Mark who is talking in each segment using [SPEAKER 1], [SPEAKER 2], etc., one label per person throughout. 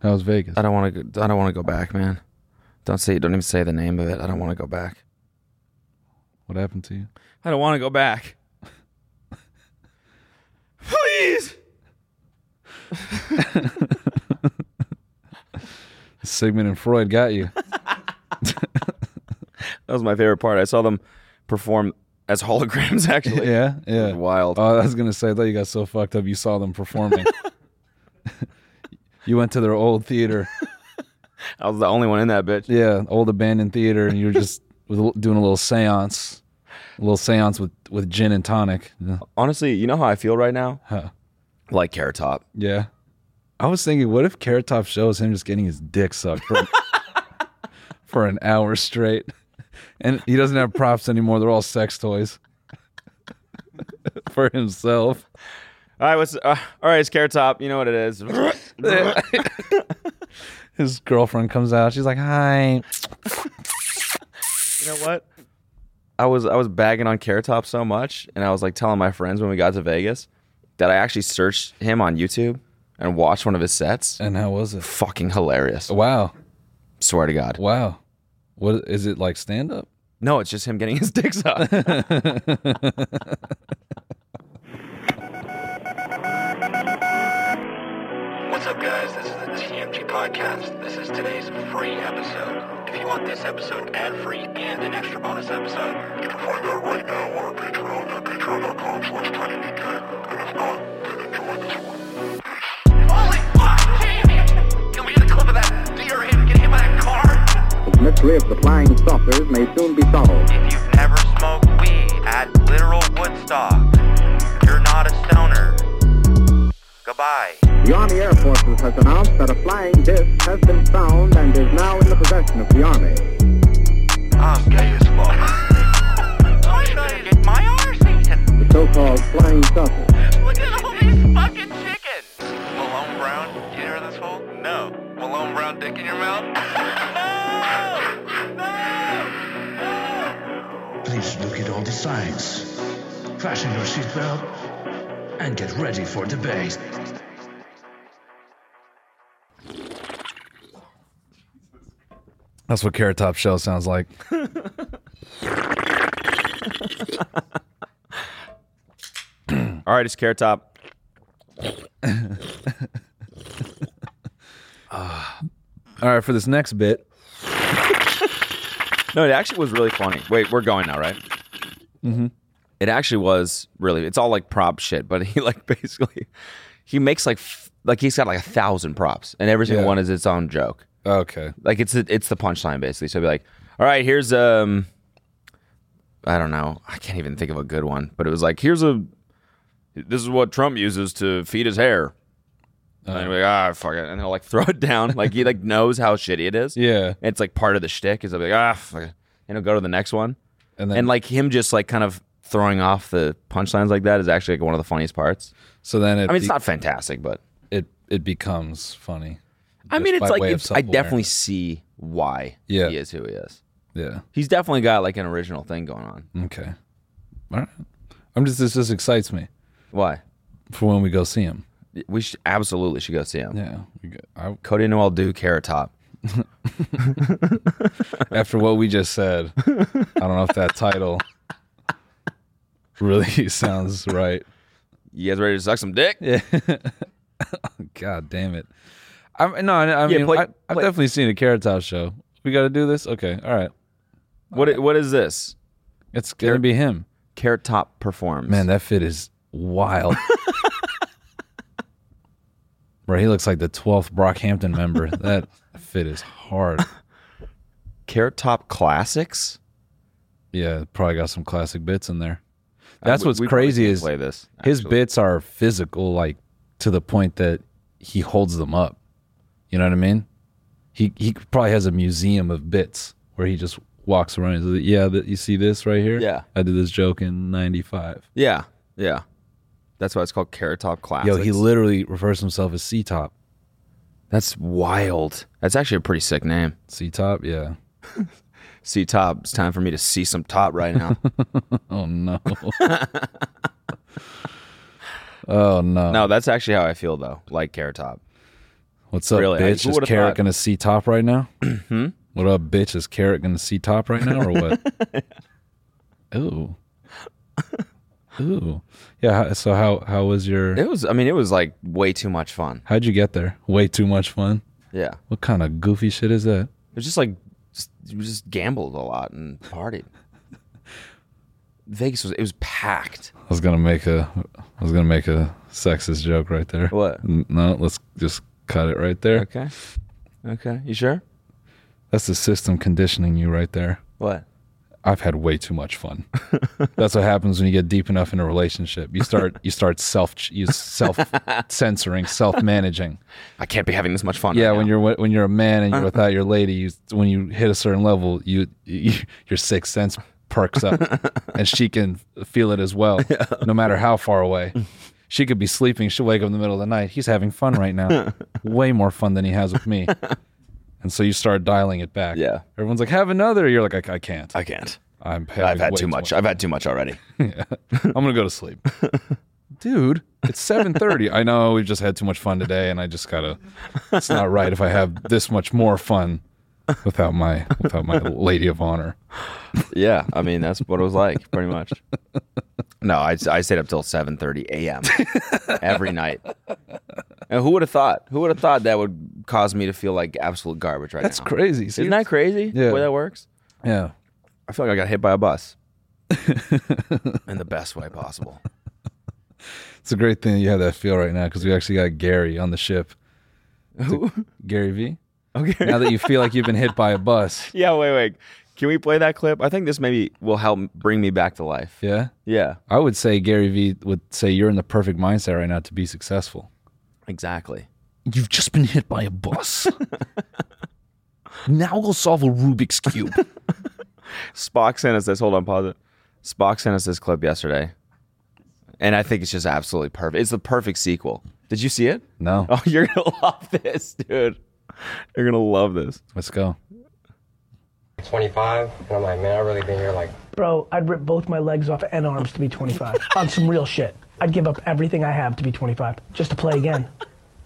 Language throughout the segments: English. [SPEAKER 1] That was Vegas.
[SPEAKER 2] I don't want to. go I don't want to go back, man. Don't say. Don't even say the name of it. I don't want to go back.
[SPEAKER 1] What happened to you?
[SPEAKER 2] I don't want to go back. Please.
[SPEAKER 1] Sigmund and Freud got you.
[SPEAKER 2] That was my favorite part. I saw them perform as holograms. Actually,
[SPEAKER 1] yeah,
[SPEAKER 2] It
[SPEAKER 1] yeah.
[SPEAKER 2] was wild.
[SPEAKER 1] Oh, I was gonna say, I thought you got so fucked up you saw them performing. you went to their old theater,
[SPEAKER 2] I was the only one in that bitch.
[SPEAKER 1] yeah, old abandoned theater, and you were just with a l- doing a little séance, a little séance with with gin and tonic. Yeah.
[SPEAKER 2] Honestly, you know how I feel right now?
[SPEAKER 1] Huh.
[SPEAKER 2] Like Carrot Top.
[SPEAKER 1] Yeah. I was thinking, what if Carrot Top shows him just getting his dick sucked for, for an hour straight, and he doesn't have props anymore; they're all sex toys for himself.
[SPEAKER 2] All right, what's uh, all right? It's Carrot Top. You know what it is.
[SPEAKER 1] His girlfriend comes out. She's like, "Hi."
[SPEAKER 2] You know what? I was I was bagging on Carrot Top so much, and I was like telling my friends when we got to Vegas that I actually searched him on YouTube and watched one of his sets.
[SPEAKER 1] And how was it?
[SPEAKER 2] Fucking hilarious!
[SPEAKER 1] Wow,
[SPEAKER 2] Swear to God.
[SPEAKER 1] wow. What is it like? Stand up?
[SPEAKER 2] No, it's just him getting his dick sucked.
[SPEAKER 3] What's up, guys? This is the TMG Podcast. This is today's free episode. If you want this episode ad-free and an extra bonus episode, you can find that right now on our Patreon at patreon.com slash tinydk. And if not, then enjoy this one. Holy fuck! Can we get a clip of that deer him get hit by a car?
[SPEAKER 4] The mystery of the flying saucers may soon be solved.
[SPEAKER 3] If you've never smoked weed at literal Woodstock, you're not a stoner. Goodbye.
[SPEAKER 4] The Army Air Forces has announced that a flying disc has been found and is now in the possession of the Army.
[SPEAKER 3] I'm gay as fuck. I'm gonna get my arse eaten.
[SPEAKER 4] The so-called flying saucer.
[SPEAKER 3] Look at all these fucking chickens. Malone Brown, you hear this hole? No. Malone Brown dick in your mouth? no! No!
[SPEAKER 5] Please look at all the signs. Fasten your seatbelt and get ready for debate.
[SPEAKER 1] That's what Carrot Top Shell sounds like.
[SPEAKER 2] All right, it's Carrot Top.
[SPEAKER 1] All right, for this next bit,
[SPEAKER 2] No, it actually was really funny. Wait, we're going now, right? Mm-hmm. It actually was really. It's all like prop shit, but he like basically he makes like f- like he's got like a thousand props, and every single
[SPEAKER 1] Yeah.
[SPEAKER 2] one is its own joke.
[SPEAKER 1] okay,
[SPEAKER 2] Like it's the- it's the punchline basically. So it'd be like, all right, here's um, I don't know, I can't even think of a good one, but it was like here's a this is what Trump uses to feed his hair. And then like, ah, fuck it. And he'll like throw it down. Like he like knows how shitty it is.
[SPEAKER 1] yeah,
[SPEAKER 2] And it's like part of the shtick is they'll be like, ah, fuck it. And he'll go to the next one.
[SPEAKER 1] and then
[SPEAKER 2] And like him just like kind of throwing off the punchlines like that is actually like one of the funniest parts.
[SPEAKER 1] so then it
[SPEAKER 2] I mean, it's
[SPEAKER 1] be-
[SPEAKER 2] not fantastic, but
[SPEAKER 1] it it becomes funny.
[SPEAKER 2] I mean,
[SPEAKER 1] by
[SPEAKER 2] it's like,
[SPEAKER 1] way of
[SPEAKER 2] it's, I definitely
[SPEAKER 1] self-awareness.
[SPEAKER 2] see why
[SPEAKER 1] Yeah.
[SPEAKER 2] he is who he is.
[SPEAKER 1] Yeah.
[SPEAKER 2] He's definitely got like an original thing going on.
[SPEAKER 1] Okay. All right. I'm just this just excites me
[SPEAKER 2] Why?
[SPEAKER 1] for when we go see him.
[SPEAKER 2] We should absolutely should go see him.
[SPEAKER 1] Yeah. We go- I,
[SPEAKER 2] Cody Noel do Carrot Top.
[SPEAKER 1] after what we just said, I don't know if that title really sounds right.
[SPEAKER 2] You guys ready to suck some dick?
[SPEAKER 1] God damn it. I no, I, I
[SPEAKER 2] Yeah,
[SPEAKER 1] mean,
[SPEAKER 2] play-
[SPEAKER 1] I, I've
[SPEAKER 2] play-
[SPEAKER 1] definitely seen a Carrot Top show. We got to do this. Okay. All right.
[SPEAKER 2] What i- What is this?
[SPEAKER 1] It's gonna be him.
[SPEAKER 2] Carrot Top performs.
[SPEAKER 1] Man, that fit is wild. Bro, he looks like the 12th Brockhampton member. That fit is hard.
[SPEAKER 2] Carrot Top classics.
[SPEAKER 1] Yeah, probably got some classic bits in there. That's
[SPEAKER 2] Uh, We-
[SPEAKER 1] what's
[SPEAKER 2] we probably
[SPEAKER 1] crazy
[SPEAKER 2] should
[SPEAKER 1] is
[SPEAKER 2] play this.
[SPEAKER 1] his
[SPEAKER 2] actually.
[SPEAKER 1] bits are physical, like to the point that he holds them up. You know what I mean? He he probably has a museum of bits where he just walks around. And says, yeah, that you see this right here?
[SPEAKER 2] Yeah.
[SPEAKER 1] I did this joke in '95.
[SPEAKER 2] Yeah, yeah. That's why it's called Carrot Top Classics.
[SPEAKER 1] Yo, he literally refers to himself as C Top.
[SPEAKER 2] That's wild. That's actually a pretty sick name.
[SPEAKER 1] C Top, yeah.
[SPEAKER 2] See top. It's time for me to see some top right now.
[SPEAKER 1] Oh no. oh no.
[SPEAKER 2] no, that's actually how I feel though. Like Carrot Top.
[SPEAKER 1] What's up,
[SPEAKER 2] Really, I-
[SPEAKER 1] bitch?
[SPEAKER 2] who
[SPEAKER 1] Is
[SPEAKER 2] would've
[SPEAKER 1] Carrot
[SPEAKER 2] thought? Hmm?
[SPEAKER 1] gonna see top right now? What up, bitch? Is Carrot gonna see top right now or what? Ooh. Ooh. Yeah. how- So how how was your?
[SPEAKER 2] It was. I mean, it was like way too much fun.
[SPEAKER 1] How'd you get there? Way too much fun.
[SPEAKER 2] Yeah, it
[SPEAKER 1] What kind of goofy shit is that?
[SPEAKER 2] was just like just, we just gambled a lot and partied. Vegas was. It was packed.
[SPEAKER 1] I was gonna make a I was gonna make a sexist joke right there.
[SPEAKER 2] What?
[SPEAKER 1] N- No, let's just cut it right there.
[SPEAKER 2] Okay. Okay. You sure?
[SPEAKER 1] That's the system conditioning you right there.
[SPEAKER 2] What?
[SPEAKER 1] I've had way too much fun. That's what happens when you get deep enough in a relationship. You start you start self you self censoring, self managing.
[SPEAKER 2] I can't be having this much fun.
[SPEAKER 1] Yeah,
[SPEAKER 2] right
[SPEAKER 1] when
[SPEAKER 2] now.
[SPEAKER 1] you're
[SPEAKER 2] Uh-huh.
[SPEAKER 1] wi- when you're a man and you're without your lady, you when you hit a certain level, you, you your sixth sense perks up, and she can feel it as well, no matter how far away. She could be sleeping. She'll wake up in the middle of the night. He's having fun right now, way more fun than he has with me. And so you start dialing it back.
[SPEAKER 2] Yeah.
[SPEAKER 1] everyone's like, "Have another." You're like, "I, I can't.
[SPEAKER 2] I can't.
[SPEAKER 1] I'm
[SPEAKER 2] I've
[SPEAKER 1] having
[SPEAKER 2] had
[SPEAKER 1] way
[SPEAKER 2] too much. I've had too much already.
[SPEAKER 1] I'm gonna go to sleep. Dude, it's 7:30. I know we've just had too much fun today and I just got to It's not right if I have this much more fun without my without my lady of honor.
[SPEAKER 2] Yeah, I mean that's what it was like, pretty much. No, I, I stayed up till seven thirty a.m. every night. And who would have thought? Who would have thought that would cause me to feel like absolute garbage right
[SPEAKER 1] That's
[SPEAKER 2] now?
[SPEAKER 1] crazy. See,
[SPEAKER 2] Isn't that crazy?
[SPEAKER 1] Yeah.
[SPEAKER 2] The way that works.
[SPEAKER 1] Yeah.
[SPEAKER 2] I feel like I got hit by a bus in the best way possible.
[SPEAKER 1] It's a great thing you have that feel right now cuz we actually got Gary on the ship.
[SPEAKER 2] Who?
[SPEAKER 1] Gary V.
[SPEAKER 2] Okay.
[SPEAKER 1] Now that you feel like you've been hit by a bus.
[SPEAKER 2] yeah. Wait. Wait. Can we play that clip? I think this maybe will help bring me back to life.
[SPEAKER 1] Yeah.
[SPEAKER 2] Yeah.
[SPEAKER 1] I would say Gary V would say you're in the perfect mindset right now to be successful.
[SPEAKER 2] Exactly.
[SPEAKER 1] You've just been hit by a bus. now we'll solve a Rubik's Cube.
[SPEAKER 2] Spock sent us this. Hold on, pause it. Spock sent us this clip yesterday, and I think it's just absolutely perfect. It's the perfect sequel. Did you see it?
[SPEAKER 1] No.
[SPEAKER 2] Oh, you're gonna love this, dude. You're gonna love this.
[SPEAKER 1] Let's go.
[SPEAKER 6] 25, and I'm like, man, I've really been here like
[SPEAKER 7] Bro, I'd rip both my legs off and arms to be 25. On some real shit. I'd give up everything I have to be 25 just to play again.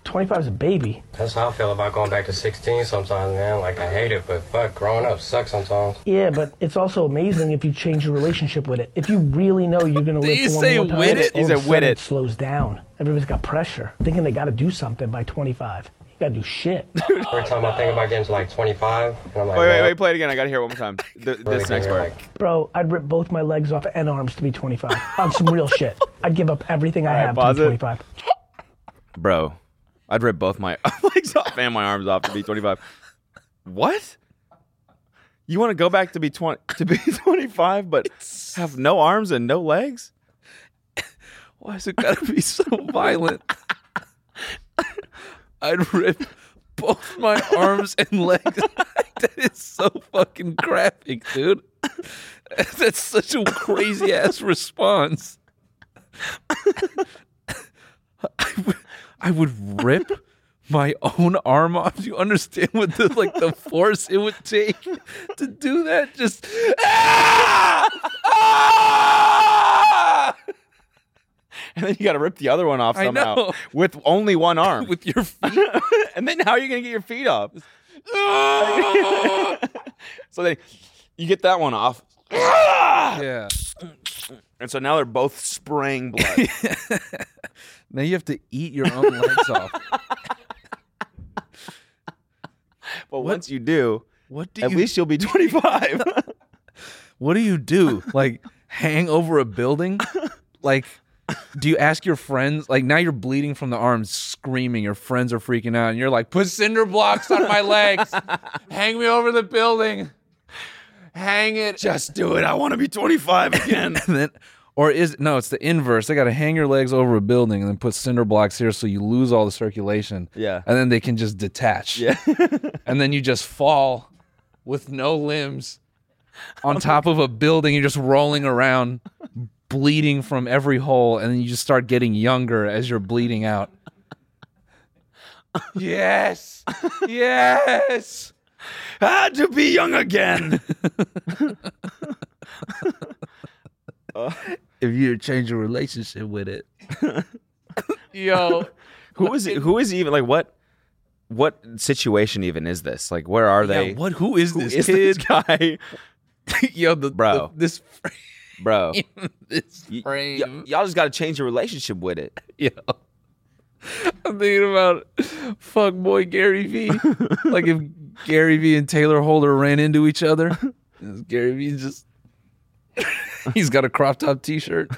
[SPEAKER 7] 25 is a baby.
[SPEAKER 6] that's how I feel about going back to 16 sometimes, man. Like I hate it, but fuck, growing up sucks sometimes.
[SPEAKER 7] Yeah, but it's also amazing if you change your relationship with it. If you really know you're gonna live
[SPEAKER 2] you
[SPEAKER 7] for
[SPEAKER 2] say
[SPEAKER 7] one more
[SPEAKER 2] with
[SPEAKER 7] time,
[SPEAKER 2] it?
[SPEAKER 7] all
[SPEAKER 2] He
[SPEAKER 7] of
[SPEAKER 2] said with
[SPEAKER 7] a sudden
[SPEAKER 2] it.
[SPEAKER 7] it slows down. Everybody's got pressure, thinking they gotta do something by 25. You gotta do shit.
[SPEAKER 6] Every time I think about getting to like 25, and I'm like,
[SPEAKER 2] Wait, wait,
[SPEAKER 6] man,
[SPEAKER 2] wait. Play it again. I gotta hear it one more time. Th-
[SPEAKER 6] I've really
[SPEAKER 2] this
[SPEAKER 6] been
[SPEAKER 2] next
[SPEAKER 6] here,
[SPEAKER 2] part.
[SPEAKER 6] like-
[SPEAKER 7] Bro, I'd rip both my legs off and arms to be 25. On some real shit. I'd give up everything I
[SPEAKER 2] right,
[SPEAKER 7] have
[SPEAKER 2] pause
[SPEAKER 7] to
[SPEAKER 2] it.
[SPEAKER 7] be 25.
[SPEAKER 2] Bro, I'd rip both my legs off and my arms off to be 25. What? You want to go back to be 20 to be 25, but have no arms and no legs?
[SPEAKER 1] Why is it gotta be so violent? I'd rip both my arms and legs. that is so fucking graphic, dude. That's such a crazy ass response. I would, I would rip my own arm off. Do you understand what the like the force it would take to do that? Just ah! Ah!
[SPEAKER 2] And then you gotta rip the other one off
[SPEAKER 1] I
[SPEAKER 2] somehow
[SPEAKER 1] know.
[SPEAKER 2] with only one arm.
[SPEAKER 1] with your feet.
[SPEAKER 2] and then how are you gonna get your feet off? so then you get that one off,
[SPEAKER 1] yeah.
[SPEAKER 2] and so now they're both spraying blood.
[SPEAKER 1] Now you have to eat your own legs off.
[SPEAKER 2] but once you do,
[SPEAKER 1] What do
[SPEAKER 2] at
[SPEAKER 1] you
[SPEAKER 2] least you'll be 25.
[SPEAKER 1] What do you do? Like hang over a building? Like do you ask your friends? Like now you're bleeding from the arms, screaming. Your friends are freaking out, and you're like, "Put cinder blocks on my legs, hang me over the building, hang it."
[SPEAKER 2] Just do it. I want to be 25 again.
[SPEAKER 1] And then Or is no? It's the inverse. They got to hang your legs over a building and then put cinder blocks here, so you lose all the circulation.
[SPEAKER 2] Yeah.
[SPEAKER 1] And then they can just detach. Yeah. and then you just fall with no limbs on top of a building. You're just rolling around, bleeding from every hole, and then you just start getting younger as you're bleeding out. yes. Yes.
[SPEAKER 2] Ah, to be young again.
[SPEAKER 1] If you change your relationship with it. Yo.
[SPEAKER 2] who is it? Who is even like what? What situation even is this? Like, where are they?
[SPEAKER 8] what? Who is
[SPEAKER 2] Who
[SPEAKER 8] this
[SPEAKER 2] is
[SPEAKER 8] kid?
[SPEAKER 2] this guy,
[SPEAKER 1] Yo, the,
[SPEAKER 2] Bro.
[SPEAKER 1] the- this
[SPEAKER 2] bro?
[SPEAKER 1] this
[SPEAKER 2] y-
[SPEAKER 1] frame.
[SPEAKER 2] y- y'all just got to change your relationship with it.
[SPEAKER 1] Yo. I'm thinking about fuck boy Gary Vee. like if Gary Vee and Taylor Holder ran into each other, Gary Vee just he's got a crop top t shirt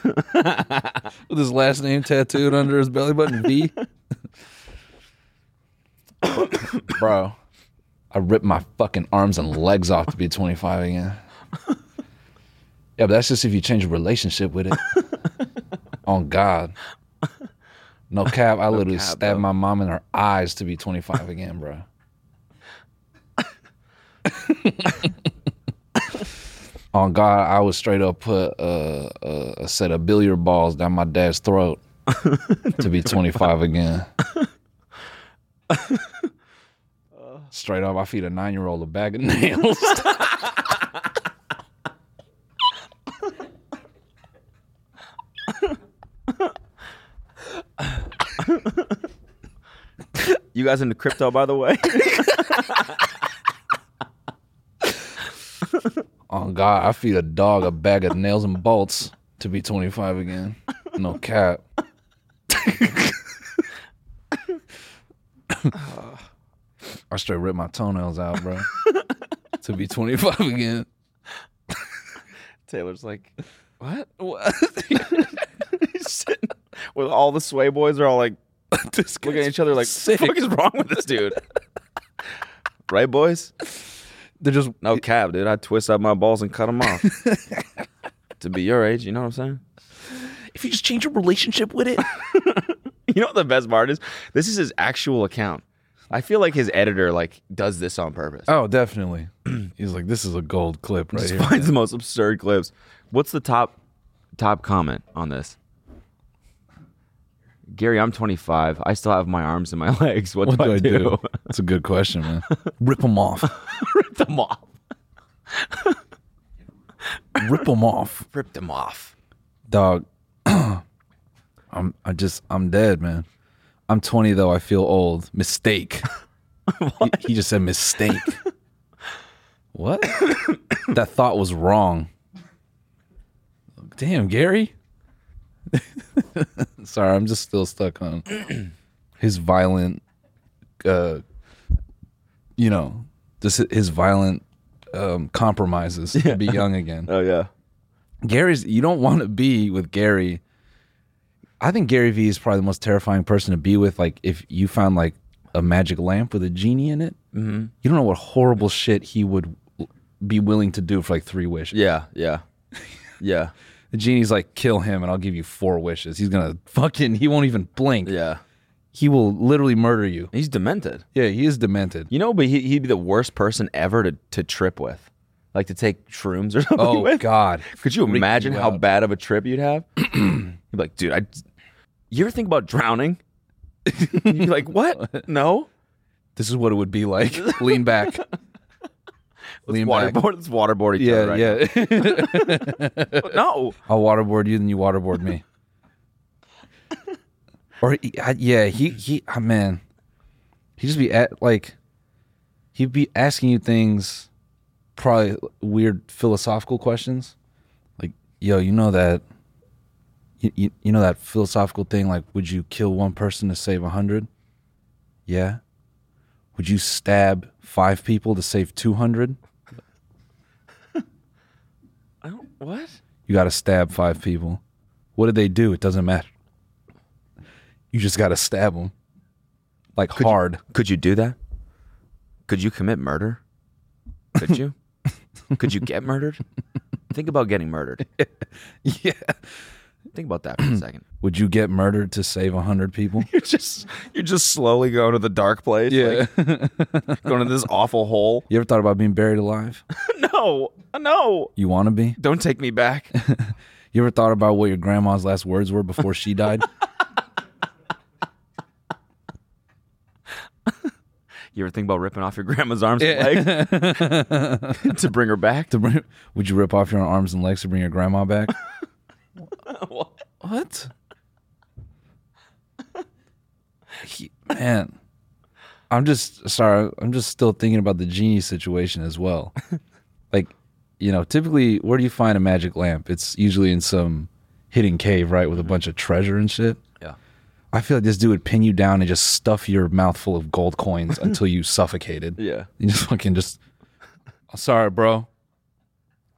[SPEAKER 1] with his last name tattooed under his belly button V. Bro, I ripped my fucking arms and legs off to be 25 again. Yeah, but that's just if you change your relationship with it. On God. No cap, I literally
[SPEAKER 2] cap,
[SPEAKER 1] stabbed
[SPEAKER 2] bro.
[SPEAKER 1] my mom in her eyes to be 25 again, bro. On God, I would straight up put uh, a, a, a set of billiard balls down my dad's throat to be 25 again. Straight up, I feed a nine year old a bag of nails.
[SPEAKER 2] You guys into crypto, by the way?
[SPEAKER 1] On Oh, God, I feed a dog a bag of nails and bolts to be 25 again. No cap. I straight ripped my toenails out, bro. to be 25 again.
[SPEAKER 2] Taylor's like
[SPEAKER 1] What?
[SPEAKER 2] he's sitting with all the sway boys are all like
[SPEAKER 1] this
[SPEAKER 2] looking at each other like
[SPEAKER 1] sick.
[SPEAKER 2] what the fuck is wrong with this dude? right, boys?
[SPEAKER 1] They're just
[SPEAKER 2] No cap, dude. I twist up my balls and cut them off. to be your age, you know what I'm saying?
[SPEAKER 1] if you just change your relationship with it.
[SPEAKER 2] You know what the best part is? This is his actual account. I feel like his editor like does this on purpose.
[SPEAKER 1] oh, definitely. He's like, this is a gold clip right here.
[SPEAKER 2] Finds the most absurd clips. What's the top top comment on this? Gary, I'm 25. I still have my arms and my legs. What,
[SPEAKER 1] What do I
[SPEAKER 2] do?
[SPEAKER 1] do? That's a good question, man. Rip them off.
[SPEAKER 2] Rip them off.
[SPEAKER 1] Rip them off.
[SPEAKER 2] Rip them off.
[SPEAKER 1] dog i'm i just i'm dead man i'm 20 though i feel old mistake he, he just said mistake what that thought was wrong damn gary sorry i'm just still stuck on his violent uh you know just his violent um compromises to be young again
[SPEAKER 2] Oh yeah.
[SPEAKER 1] Gary's you don't want to be with Gary. I think Gary Vee is probably the most terrifying person to be with. Like if you found like a magic lamp with a genie in it,
[SPEAKER 2] Mm-hmm.
[SPEAKER 1] you don't know what horrible shit he would be willing to do for like three wishes.
[SPEAKER 2] Yeah. Yeah. Yeah.
[SPEAKER 1] The genie's like, kill him and I'll give you four wishes. He's gonna fucking he won't even blink.
[SPEAKER 2] Yeah.
[SPEAKER 1] He will literally murder you.
[SPEAKER 2] He's demented.
[SPEAKER 1] Yeah, he is demented.
[SPEAKER 2] You know, but he, he'd be the worst person ever to, to trip with, like to take shrooms or something.
[SPEAKER 1] Oh
[SPEAKER 2] with.
[SPEAKER 1] God.
[SPEAKER 2] Could you
[SPEAKER 1] Freak you
[SPEAKER 2] imagine how
[SPEAKER 1] out.
[SPEAKER 2] bad of a trip you'd have? you'd be like, dude, I. You ever think about drowning? You'd be like, what? No.
[SPEAKER 1] This is what it would be like. Lean back. Lean back.
[SPEAKER 2] waterboard. Let's waterboard each
[SPEAKER 1] Yeah,
[SPEAKER 2] other. Right
[SPEAKER 1] yeah.
[SPEAKER 2] now. No.
[SPEAKER 1] I'll waterboard you, then you waterboard me. or he- I- yeah, he he oh, man, he just be at like he'd be asking you things, probably weird philosophical questions, like yo, you know that. You, you, you know that philosophical thing like would you kill one person to save a hundred yeah would you stab five people to save 200
[SPEAKER 2] I don't, what?
[SPEAKER 1] You got to stab five people. What did they do? It doesn't matter. You just got to stab them. Like hard.
[SPEAKER 2] Could you do that? Could you commit murder? Could you? Could you get murdered? Think about getting murdered.
[SPEAKER 1] Yeah.
[SPEAKER 2] Think about that for a second.
[SPEAKER 1] Would you get murdered to save a hundred people?
[SPEAKER 2] You're just you're just slowly going to the dark place.
[SPEAKER 1] Yeah.
[SPEAKER 2] like, going to this awful hole.
[SPEAKER 1] you ever thought about being buried alive?
[SPEAKER 2] No, no.
[SPEAKER 1] You want to be?
[SPEAKER 2] Don't take me back.
[SPEAKER 1] You ever thought about what your grandma's last words were before she died?
[SPEAKER 2] You ever think about ripping off your grandma's arms and legs to bring her back?
[SPEAKER 1] to bring, would you rip off your own arms and legs to bring your grandma back? what? He- man, I'm just sorry. I'm just still thinking about the genie situation as well. like, you know, typically, where do you find a magic lamp? It's usually in some hidden cave, right, with a bunch of treasure and shit.
[SPEAKER 2] Mm-hmm. Yeah.
[SPEAKER 1] I feel like this dude would pin you down and just stuff your mouth full of gold coins until you suffocated.
[SPEAKER 2] Yeah.
[SPEAKER 1] You just fucking just. I'm sorry, bro.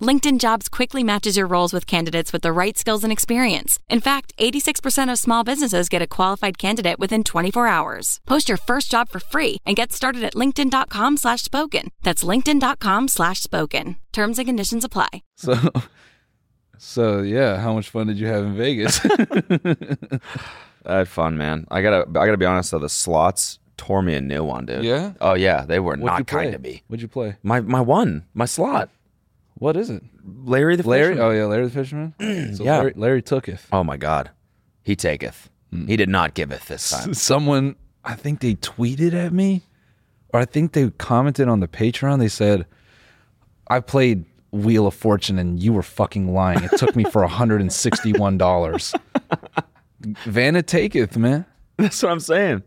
[SPEAKER 9] LinkedIn Jobs quickly matches your roles with candidates with the right skills and experience. In fact, 86% of small businesses get a qualified candidate within 24 hours. Post your first job for free and get started at linkedin.com slash spoken. That's linkedin.com slash spoken. Terms and conditions apply.
[SPEAKER 1] So, so yeah. How much fun did you have in Vegas?
[SPEAKER 2] I had fun, man. I gotta I gotta be honest though, the slots tore me a new one, dude.
[SPEAKER 1] Yeah?
[SPEAKER 2] Oh yeah, they were
[SPEAKER 1] What'd you
[SPEAKER 2] not kind
[SPEAKER 1] play?
[SPEAKER 2] to me.
[SPEAKER 1] What'd you play?
[SPEAKER 2] My my one, my slot.
[SPEAKER 1] What is it?
[SPEAKER 2] Larry the
[SPEAKER 1] Larry?
[SPEAKER 2] Fisherman.
[SPEAKER 1] Oh yeah, Larry the fisherman. So
[SPEAKER 2] Yeah.
[SPEAKER 1] Larry, Larry tooketh.
[SPEAKER 2] Oh my God, he taketh. He did not giveth this time.
[SPEAKER 1] Someone, I think they tweeted at me, or I think they commented on the Patreon. They said, "I played Wheel of Fortune and you were fucking lying. It took me for hundred and sixty-one dollars." Vanna taketh, man.
[SPEAKER 2] That's what I'm saying.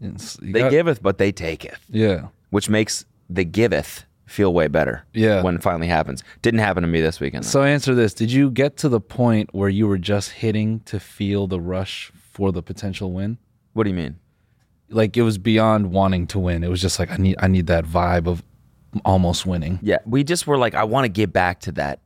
[SPEAKER 1] It's- you
[SPEAKER 2] They
[SPEAKER 1] got-
[SPEAKER 2] giveth, but they taketh,
[SPEAKER 1] Yeah.
[SPEAKER 2] which makes the giveth feel way better.
[SPEAKER 1] Yeah.
[SPEAKER 2] when it finally happens. Didn't happen to me this weekend. though.
[SPEAKER 1] So answer this: Did you get to the point where you were just hitting to feel the rush for the potential win?
[SPEAKER 2] what do you mean?
[SPEAKER 1] Like it was beyond wanting to win. It was just like I need, I need that vibe of almost winning.
[SPEAKER 2] Yeah, we just were like, I want to get back to that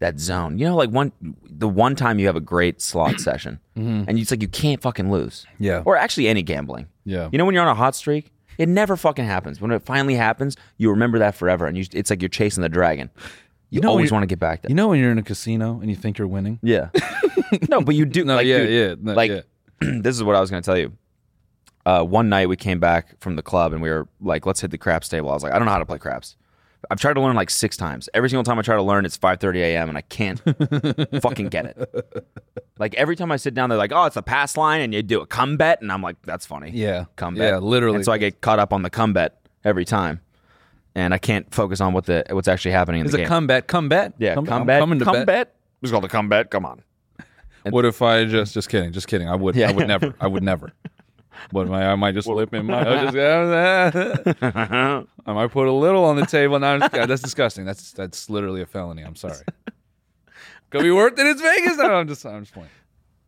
[SPEAKER 2] that zone. You know, like one the one time you have a great slot session, and it's like you can't fucking lose.
[SPEAKER 1] Mm-hmm. Yeah.
[SPEAKER 2] or actually any gambling.
[SPEAKER 1] Yeah.
[SPEAKER 2] you know when you're on a hot streak, it never fucking happens. When it finally happens, you remember that forever, and you it's like you're chasing the dragon. You,
[SPEAKER 1] know when
[SPEAKER 2] always
[SPEAKER 1] you're-
[SPEAKER 2] want to get back to.
[SPEAKER 1] You know when you're in a casino and you think you're winning?
[SPEAKER 2] yeah, no, but you do.
[SPEAKER 1] No,
[SPEAKER 2] like,
[SPEAKER 1] yeah,
[SPEAKER 2] dude,
[SPEAKER 1] yeah, no,
[SPEAKER 2] like
[SPEAKER 1] yeah.
[SPEAKER 2] this is what I was gonna tell you. Uh, one night we came back from the club and we were like, let's hit the craps table. I was like, I don't know how to play craps. I've tried to learn like six times. Every single time I try to learn, it's 5:30 a.m. and I can't fucking get it. Like every time I sit down, they're like, "Oh, it's a pass line," and you do a come bet, and I'm like, "That's funny."
[SPEAKER 1] Yeah.
[SPEAKER 2] come bet.
[SPEAKER 1] Yeah, literally.
[SPEAKER 2] And so I get caught up on the come bet every time, and I can't focus on what the what's actually happening in
[SPEAKER 1] It's
[SPEAKER 2] the
[SPEAKER 1] a
[SPEAKER 2] game.
[SPEAKER 1] combat, combat.
[SPEAKER 2] yeah,
[SPEAKER 1] Com-
[SPEAKER 2] come
[SPEAKER 1] I'm
[SPEAKER 2] bet,
[SPEAKER 1] coming to
[SPEAKER 2] come
[SPEAKER 1] bet.
[SPEAKER 2] bet. It was called a come bet. Come on.
[SPEAKER 1] What if I just just kidding, just kidding. I would I would never. I would never. What am I, I might just lip in my I, just, I might put a little on the table now. Yeah, that's disgusting. That's that's literally a felony. I'm sorry. Could be worth it. It's Vegas. No, I'm just I'm just playing.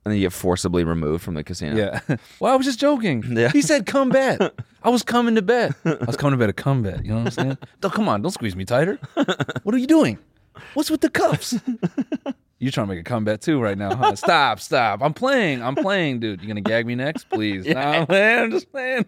[SPEAKER 2] And then you get forcibly removed from the casino.
[SPEAKER 1] Yeah. Well, I was just joking. He said come bet. I was coming to bet. I was coming to bet a come bet. You know what I'm saying? Don't- come on, don't squeeze me tighter. What are you doing? What's with the cuffs? You're trying to make a comeback too right now, huh? Stop, stop. I'm playing. I'm playing, dude. You gonna gag me next? Please. No, I'm playing. I'm just playing.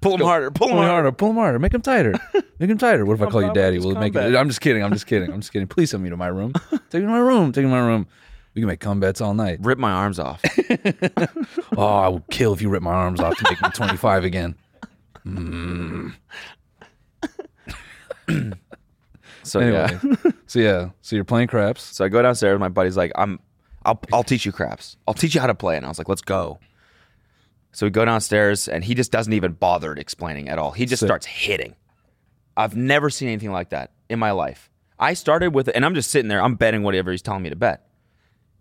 [SPEAKER 2] Pull him harder. Pull him
[SPEAKER 1] Pull me
[SPEAKER 2] harder.
[SPEAKER 1] harder. Pull him harder. Make him tighter. Make him tighter. What if I call you daddy? Will it make it?
[SPEAKER 2] comeback.
[SPEAKER 1] I'm just kidding. I'm just kidding. I'm just kidding. Please send me to my room. Take me to my room. Take me to my room. We can make comebacks all night.
[SPEAKER 2] Rip my arms off.
[SPEAKER 1] Oh, I would kill if you ripped my arms off to make me 25 again.
[SPEAKER 2] So
[SPEAKER 1] Anyway,
[SPEAKER 2] yeah.
[SPEAKER 1] so yeah, so you're playing craps.
[SPEAKER 2] So I go downstairs. My buddy's like, "I'm, I'll, I'll teach you craps. I'll teach you how to play." And I was like, "Let's go." So we go downstairs, and he just doesn't even bother to explaining at all. He just
[SPEAKER 1] Sick.
[SPEAKER 2] starts hitting. I've never seen anything like that in my life. I started with, and I'm just sitting there. I'm betting whatever he's telling me to bet.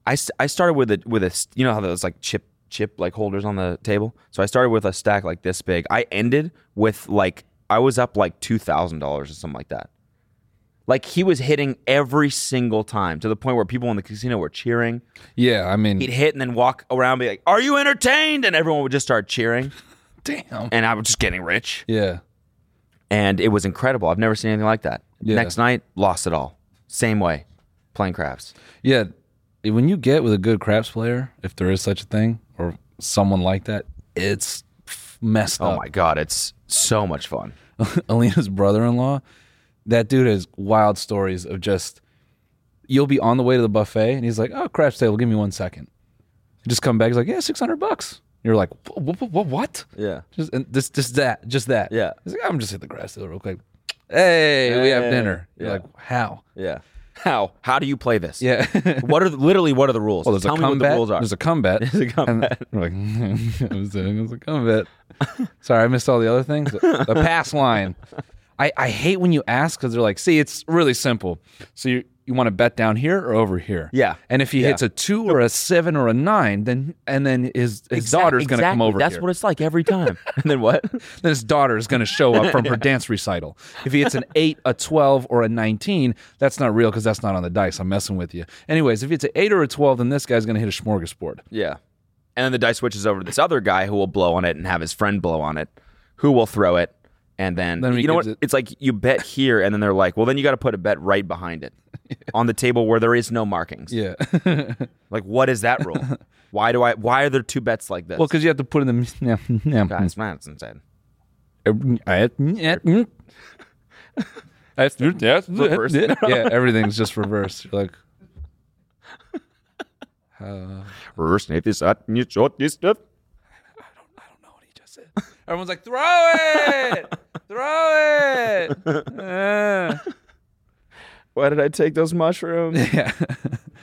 [SPEAKER 2] I, s- I started with a with a s- you know how those like chip chip like holders on the table. So I started with a stack like this big. I ended with like I was up like two thousand dollars or something like that. Like he was hitting every single time to the point where people in the casino were cheering.
[SPEAKER 1] Yeah, I mean,
[SPEAKER 2] He'd hit and then walk around and be like, Are you entertained? And everyone would just start cheering.
[SPEAKER 1] damn.
[SPEAKER 2] And I was just getting rich.
[SPEAKER 1] Yeah.
[SPEAKER 2] And it was incredible. I've never seen anything like that.
[SPEAKER 1] Yeah.
[SPEAKER 2] Next night, lost it all. Same way, playing craps.
[SPEAKER 1] Yeah, when you get with a good craps player, if there is such a thing, or someone like that, it's f- messed
[SPEAKER 2] Oh
[SPEAKER 1] up.
[SPEAKER 2] my God, it's so much fun.
[SPEAKER 1] Alina's brother-in-law, that dude has wild stories of just. You'll be on the way to the buffet, and he's like, "Oh, craps table, give me one second. You just come back. He's like, "Yeah, six hundred bucks." You're like, "What? What? What?"
[SPEAKER 2] Yeah.
[SPEAKER 1] Just and this, just that, just that.
[SPEAKER 2] Yeah.
[SPEAKER 1] He's like, "I'm just hit the craps table real quick." Hey, we have
[SPEAKER 2] Hey.
[SPEAKER 1] dinner. You're
[SPEAKER 2] Yeah.
[SPEAKER 1] like, "How?"
[SPEAKER 2] Yeah. How? How do you play this?
[SPEAKER 1] Yeah.
[SPEAKER 2] What are the, literally what are the rules?
[SPEAKER 1] Well, there's
[SPEAKER 2] Tell
[SPEAKER 1] a
[SPEAKER 2] me what
[SPEAKER 1] combat.
[SPEAKER 2] the rules are.
[SPEAKER 1] There's a combat.
[SPEAKER 2] There's a combat.
[SPEAKER 1] And we're like, I was doing it was a combat. Sorry, I missed all the other things. The pass line. I, I hate when you ask because they're like, see, it's really simple. So you you want to bet down here or over here?
[SPEAKER 2] Yeah.
[SPEAKER 1] And if he hits a two or a seven or a nine, then and then his his
[SPEAKER 2] Exact-
[SPEAKER 1] daughter's gonna come
[SPEAKER 2] exactly.
[SPEAKER 1] over
[SPEAKER 2] That's
[SPEAKER 1] here.
[SPEAKER 2] what it's like every time. and then what?
[SPEAKER 1] then his daughter is gonna show up from her dance recital. If he hits an eight, a twelve, or a nineteen, that's not real because that's not on the dice. I'm messing with you. Anyways, if it's an eight or a twelve, then this guy's gonna hit a smorgasbord.
[SPEAKER 2] Yeah. And then the dice switches over to this other guy who will blow on it and have his friend blow on it, who will throw it. And then,
[SPEAKER 1] Then he
[SPEAKER 2] you know what?
[SPEAKER 1] gives it-
[SPEAKER 2] It's like you bet here, and then they're like, well, then you got to put a bet right behind it on the table where there is no markings.
[SPEAKER 1] Yeah.
[SPEAKER 2] Like, what is that rule? why do I, why are there two bets like this?
[SPEAKER 1] Well, because you have to put in the.
[SPEAKER 2] guys, man, it's insane. Reverse.
[SPEAKER 1] yeah, everything's just reversed. You're like,
[SPEAKER 2] Reverse, if this, up, you short this stuff.
[SPEAKER 1] everyone's like, throw it, throw it. Eh.
[SPEAKER 2] Why did I take those mushrooms?
[SPEAKER 1] yeah.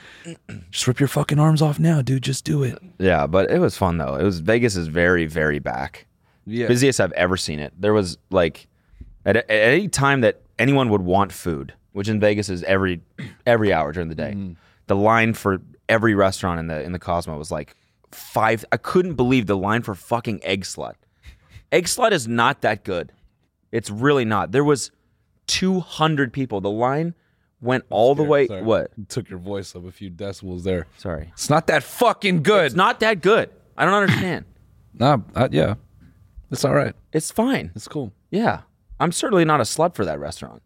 [SPEAKER 1] just rip your fucking arms off now, dude. Just do it.
[SPEAKER 2] yeah, but it was fun though. It was Vegas is very, very back.
[SPEAKER 1] Yeah.
[SPEAKER 2] busiest I've ever seen it. There was like at, at any time that anyone would want food, which in Vegas is every every hour during the day.
[SPEAKER 1] Mm-hmm.
[SPEAKER 2] The line for every restaurant in the in the Cosmo was like five. I couldn't believe the line for fucking egg slut. Egg slut is not that good. It's really not. There was two hundred people. The line went all the way.
[SPEAKER 1] Sorry.
[SPEAKER 2] What?
[SPEAKER 1] Took your voice up a few decibels there.
[SPEAKER 2] Sorry,
[SPEAKER 1] It's not that fucking good.
[SPEAKER 2] it's not that good. I don't understand.
[SPEAKER 1] nah, uh, yeah. It's all right.
[SPEAKER 2] it's fine.
[SPEAKER 1] It's cool.
[SPEAKER 2] Yeah. I'm certainly not a slut for that restaurant.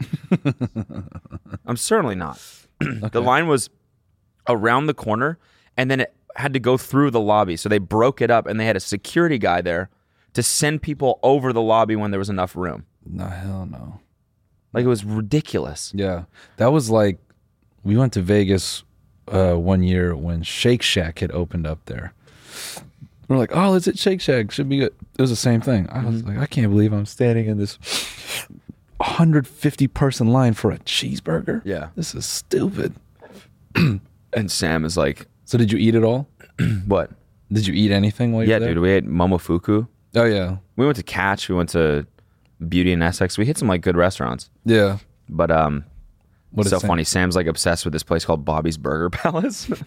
[SPEAKER 2] I'm certainly not. The line was around the corner and then it had to go through the lobby. So they broke it up and they had a security guy there to send people over the lobby when there was enough room.
[SPEAKER 1] No, hell no.
[SPEAKER 2] Like it was ridiculous.
[SPEAKER 1] Yeah. That was like we went to Vegas uh, one year when Shake Shack had opened up there. We're like, oh, it's at Shake Shack. Should be good. It was the same thing. I was like, I can't believe I'm standing in this 150 person line for a cheeseburger.
[SPEAKER 2] Yeah.
[SPEAKER 1] This is stupid.
[SPEAKER 2] And Sam is like,
[SPEAKER 1] So, did you eat it all?
[SPEAKER 2] "What?
[SPEAKER 1] Did you eat anything while you
[SPEAKER 2] Yeah,
[SPEAKER 1] were there?
[SPEAKER 2] dude, we ate momofuku.
[SPEAKER 1] Oh, yeah.
[SPEAKER 2] We went to Catch, we went to Beauty and Essex. We hit some like good restaurants.
[SPEAKER 1] Yeah.
[SPEAKER 2] But um
[SPEAKER 1] What
[SPEAKER 2] so
[SPEAKER 1] it say?
[SPEAKER 2] funny. Sam's like obsessed with this place called Bobby's Burger Palace, which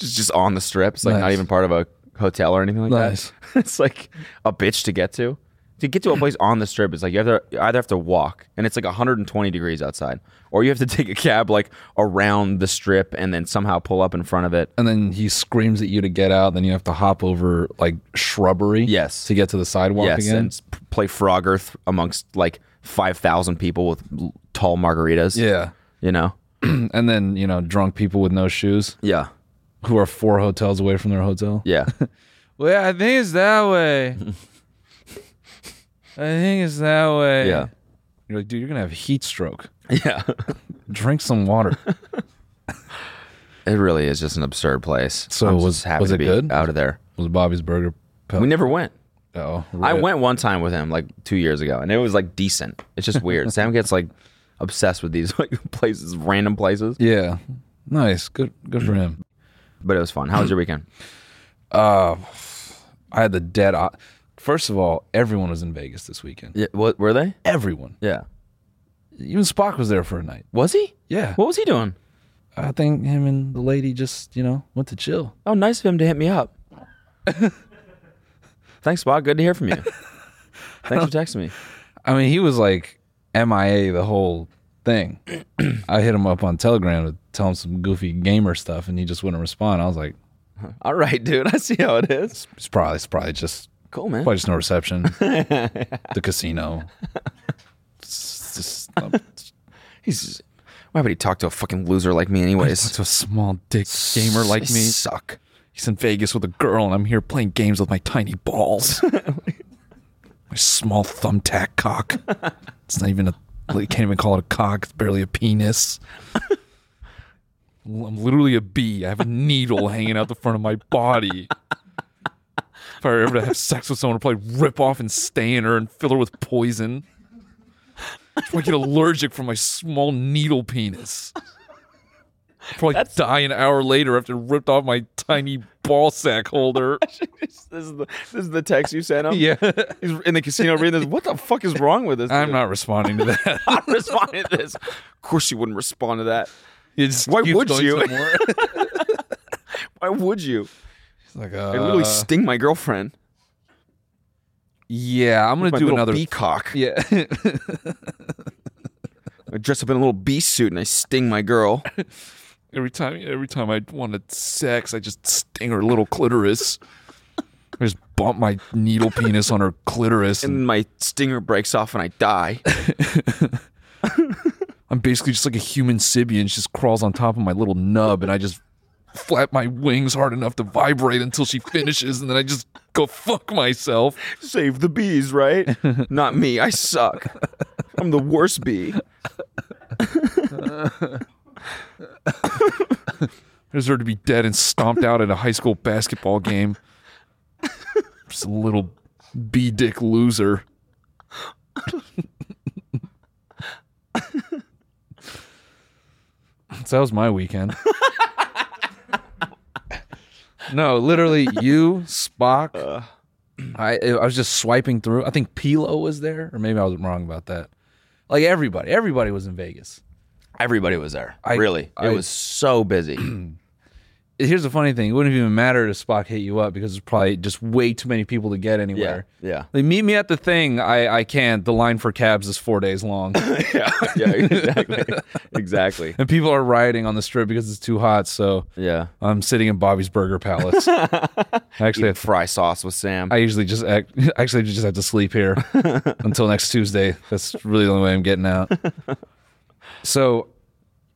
[SPEAKER 2] is just on the strip. It's like not
[SPEAKER 1] Nice.
[SPEAKER 2] even part of a hotel or anything like
[SPEAKER 1] Nice.
[SPEAKER 2] that. It's like a bitch to get to. To get to a place on the strip, it's like you have to you either have to walk, and it's like 120 degrees outside, or you have to take a cab like around the strip and then somehow pull up in front of it.
[SPEAKER 1] And then he screams at you to get out. Then you have to hop over like shrubbery.
[SPEAKER 2] Yes.
[SPEAKER 1] To get to the sidewalk
[SPEAKER 2] yes,
[SPEAKER 1] again.
[SPEAKER 2] and s- p- play Frogger th- amongst like 5,000 people with l- tall margaritas.
[SPEAKER 1] yeah.
[SPEAKER 2] you know.
[SPEAKER 1] and then you know drunk people with no shoes
[SPEAKER 2] Yeah,
[SPEAKER 1] who are four hotels away from their hotel
[SPEAKER 2] yeah.
[SPEAKER 1] well yeah, i think it's that way i think it's that way
[SPEAKER 2] Yeah.
[SPEAKER 1] you're like dude you're gonna have a heat stroke
[SPEAKER 2] Yeah.
[SPEAKER 1] drink some water
[SPEAKER 2] It really is just an absurd place.
[SPEAKER 1] So
[SPEAKER 2] I'm just
[SPEAKER 1] was-
[SPEAKER 2] happy
[SPEAKER 1] was
[SPEAKER 2] to
[SPEAKER 1] it
[SPEAKER 2] be
[SPEAKER 1] good?
[SPEAKER 2] Out of there.
[SPEAKER 1] was bobby's burger Pal-
[SPEAKER 2] We never went.
[SPEAKER 1] oh
[SPEAKER 2] I
[SPEAKER 1] rip.
[SPEAKER 2] went one time with him like two years ago, and it was like decent. It's just weird. Sam gets like obsessed with these like places, random places,
[SPEAKER 1] yeah nice good good for him
[SPEAKER 2] but it was fun. How was your weekend?
[SPEAKER 1] i had the dead eye first of all everyone was in vegas this weekend
[SPEAKER 2] Yeah, what were they?
[SPEAKER 1] everyone
[SPEAKER 2] Yeah,
[SPEAKER 1] even spock was there for a night
[SPEAKER 2] was he?
[SPEAKER 1] yeah
[SPEAKER 2] What was he doing?
[SPEAKER 1] i think him and the lady just you know went to chill
[SPEAKER 2] Oh, nice of him to hit me up. Thanks, Bob. Good to hear from you. Thanks for texting me.
[SPEAKER 1] I mean, he was like MIA the whole thing. I hit him up on Telegram to tell him some goofy gamer stuff, and he just wouldn't respond. I was like,
[SPEAKER 2] All right, dude. I see how it is.
[SPEAKER 1] it's probably it's probably just
[SPEAKER 2] Cool, man.
[SPEAKER 1] probably just no reception. the casino. It's just- um, I'm
[SPEAKER 2] He's why would he talk to a fucking loser like me, anyways?
[SPEAKER 1] such a small dick gamer like
[SPEAKER 2] They
[SPEAKER 1] me.
[SPEAKER 2] suck.
[SPEAKER 1] He's in Vegas with a girl, and I'm here playing games with my tiny balls. my small thumbtack cock. It's not even a. You can't even call it a cock. It's barely a penis. I'm literally a bee. I have a needle hanging out the front of my body. If I were ever to have sex with someone, I'd probably rip off and stain her and fill her with poison. That's why I get allergic from my small needle penis. I'd probably die an hour later after it ripped off my tiny ball sack holder.
[SPEAKER 2] this is the this is the text you sent him.
[SPEAKER 1] yeah.
[SPEAKER 2] He's in the casino reading this. What the fuck is wrong with this?
[SPEAKER 1] I'm
[SPEAKER 2] dude?
[SPEAKER 1] not responding to that.
[SPEAKER 2] I'm not responding to this. Of course you wouldn't respond to that.
[SPEAKER 1] It just
[SPEAKER 2] Why
[SPEAKER 1] keeps
[SPEAKER 2] would
[SPEAKER 1] going
[SPEAKER 2] you?
[SPEAKER 1] somewhere.
[SPEAKER 2] Why would you?
[SPEAKER 1] It's like,
[SPEAKER 2] I literally
[SPEAKER 1] uh,
[SPEAKER 2] sting my girlfriend.
[SPEAKER 1] yeah, I'm gonna
[SPEAKER 2] My
[SPEAKER 1] do
[SPEAKER 2] little
[SPEAKER 1] another.
[SPEAKER 2] peacock.
[SPEAKER 1] Yeah,
[SPEAKER 2] I dress up in a little bee suit and I sting my girl.
[SPEAKER 1] every time, every time I wanted sex, I just sting her little clitoris. I just bump my needle penis on her clitoris, and
[SPEAKER 2] and my stinger breaks off and I die.
[SPEAKER 1] I'm basically just like a human sibian. She just crawls on top of my little nub, and I just flap my wings hard enough to vibrate until she finishes, and then I just go fuck myself.
[SPEAKER 2] Save the bees, right? Not me. I suck. I'm the worst bee.
[SPEAKER 1] I deserve to be dead and stomped out at a high school basketball game. Just a little b dick loser. so that was my weekend. no, literally, you Spock. I I was just swiping through. I think Pilo was there, or maybe I was wrong about that. Like everybody, everybody was in Vegas.
[SPEAKER 2] Everybody was there.
[SPEAKER 1] I-
[SPEAKER 2] really.
[SPEAKER 1] I-
[SPEAKER 2] it was so busy.
[SPEAKER 1] here's the funny thing: it wouldn't even matter if Spock hit you up because there's probably just way too many people to get
[SPEAKER 2] yeah.
[SPEAKER 1] anywhere.
[SPEAKER 2] Yeah.
[SPEAKER 1] Like, meet me at the thing. I I can't. The line for cabs is four days long,
[SPEAKER 2] Yeah. Yeah. Exactly. exactly.
[SPEAKER 1] and people are rioting on the strip because it's too hot. So
[SPEAKER 2] Yeah.
[SPEAKER 1] I'm sitting in Bobby's Burger Palace. I actually,
[SPEAKER 2] Eat fry sauce with Sam.
[SPEAKER 1] I usually just act, actually just have to sleep here until next Tuesday. That's really the only way I'm getting out. So,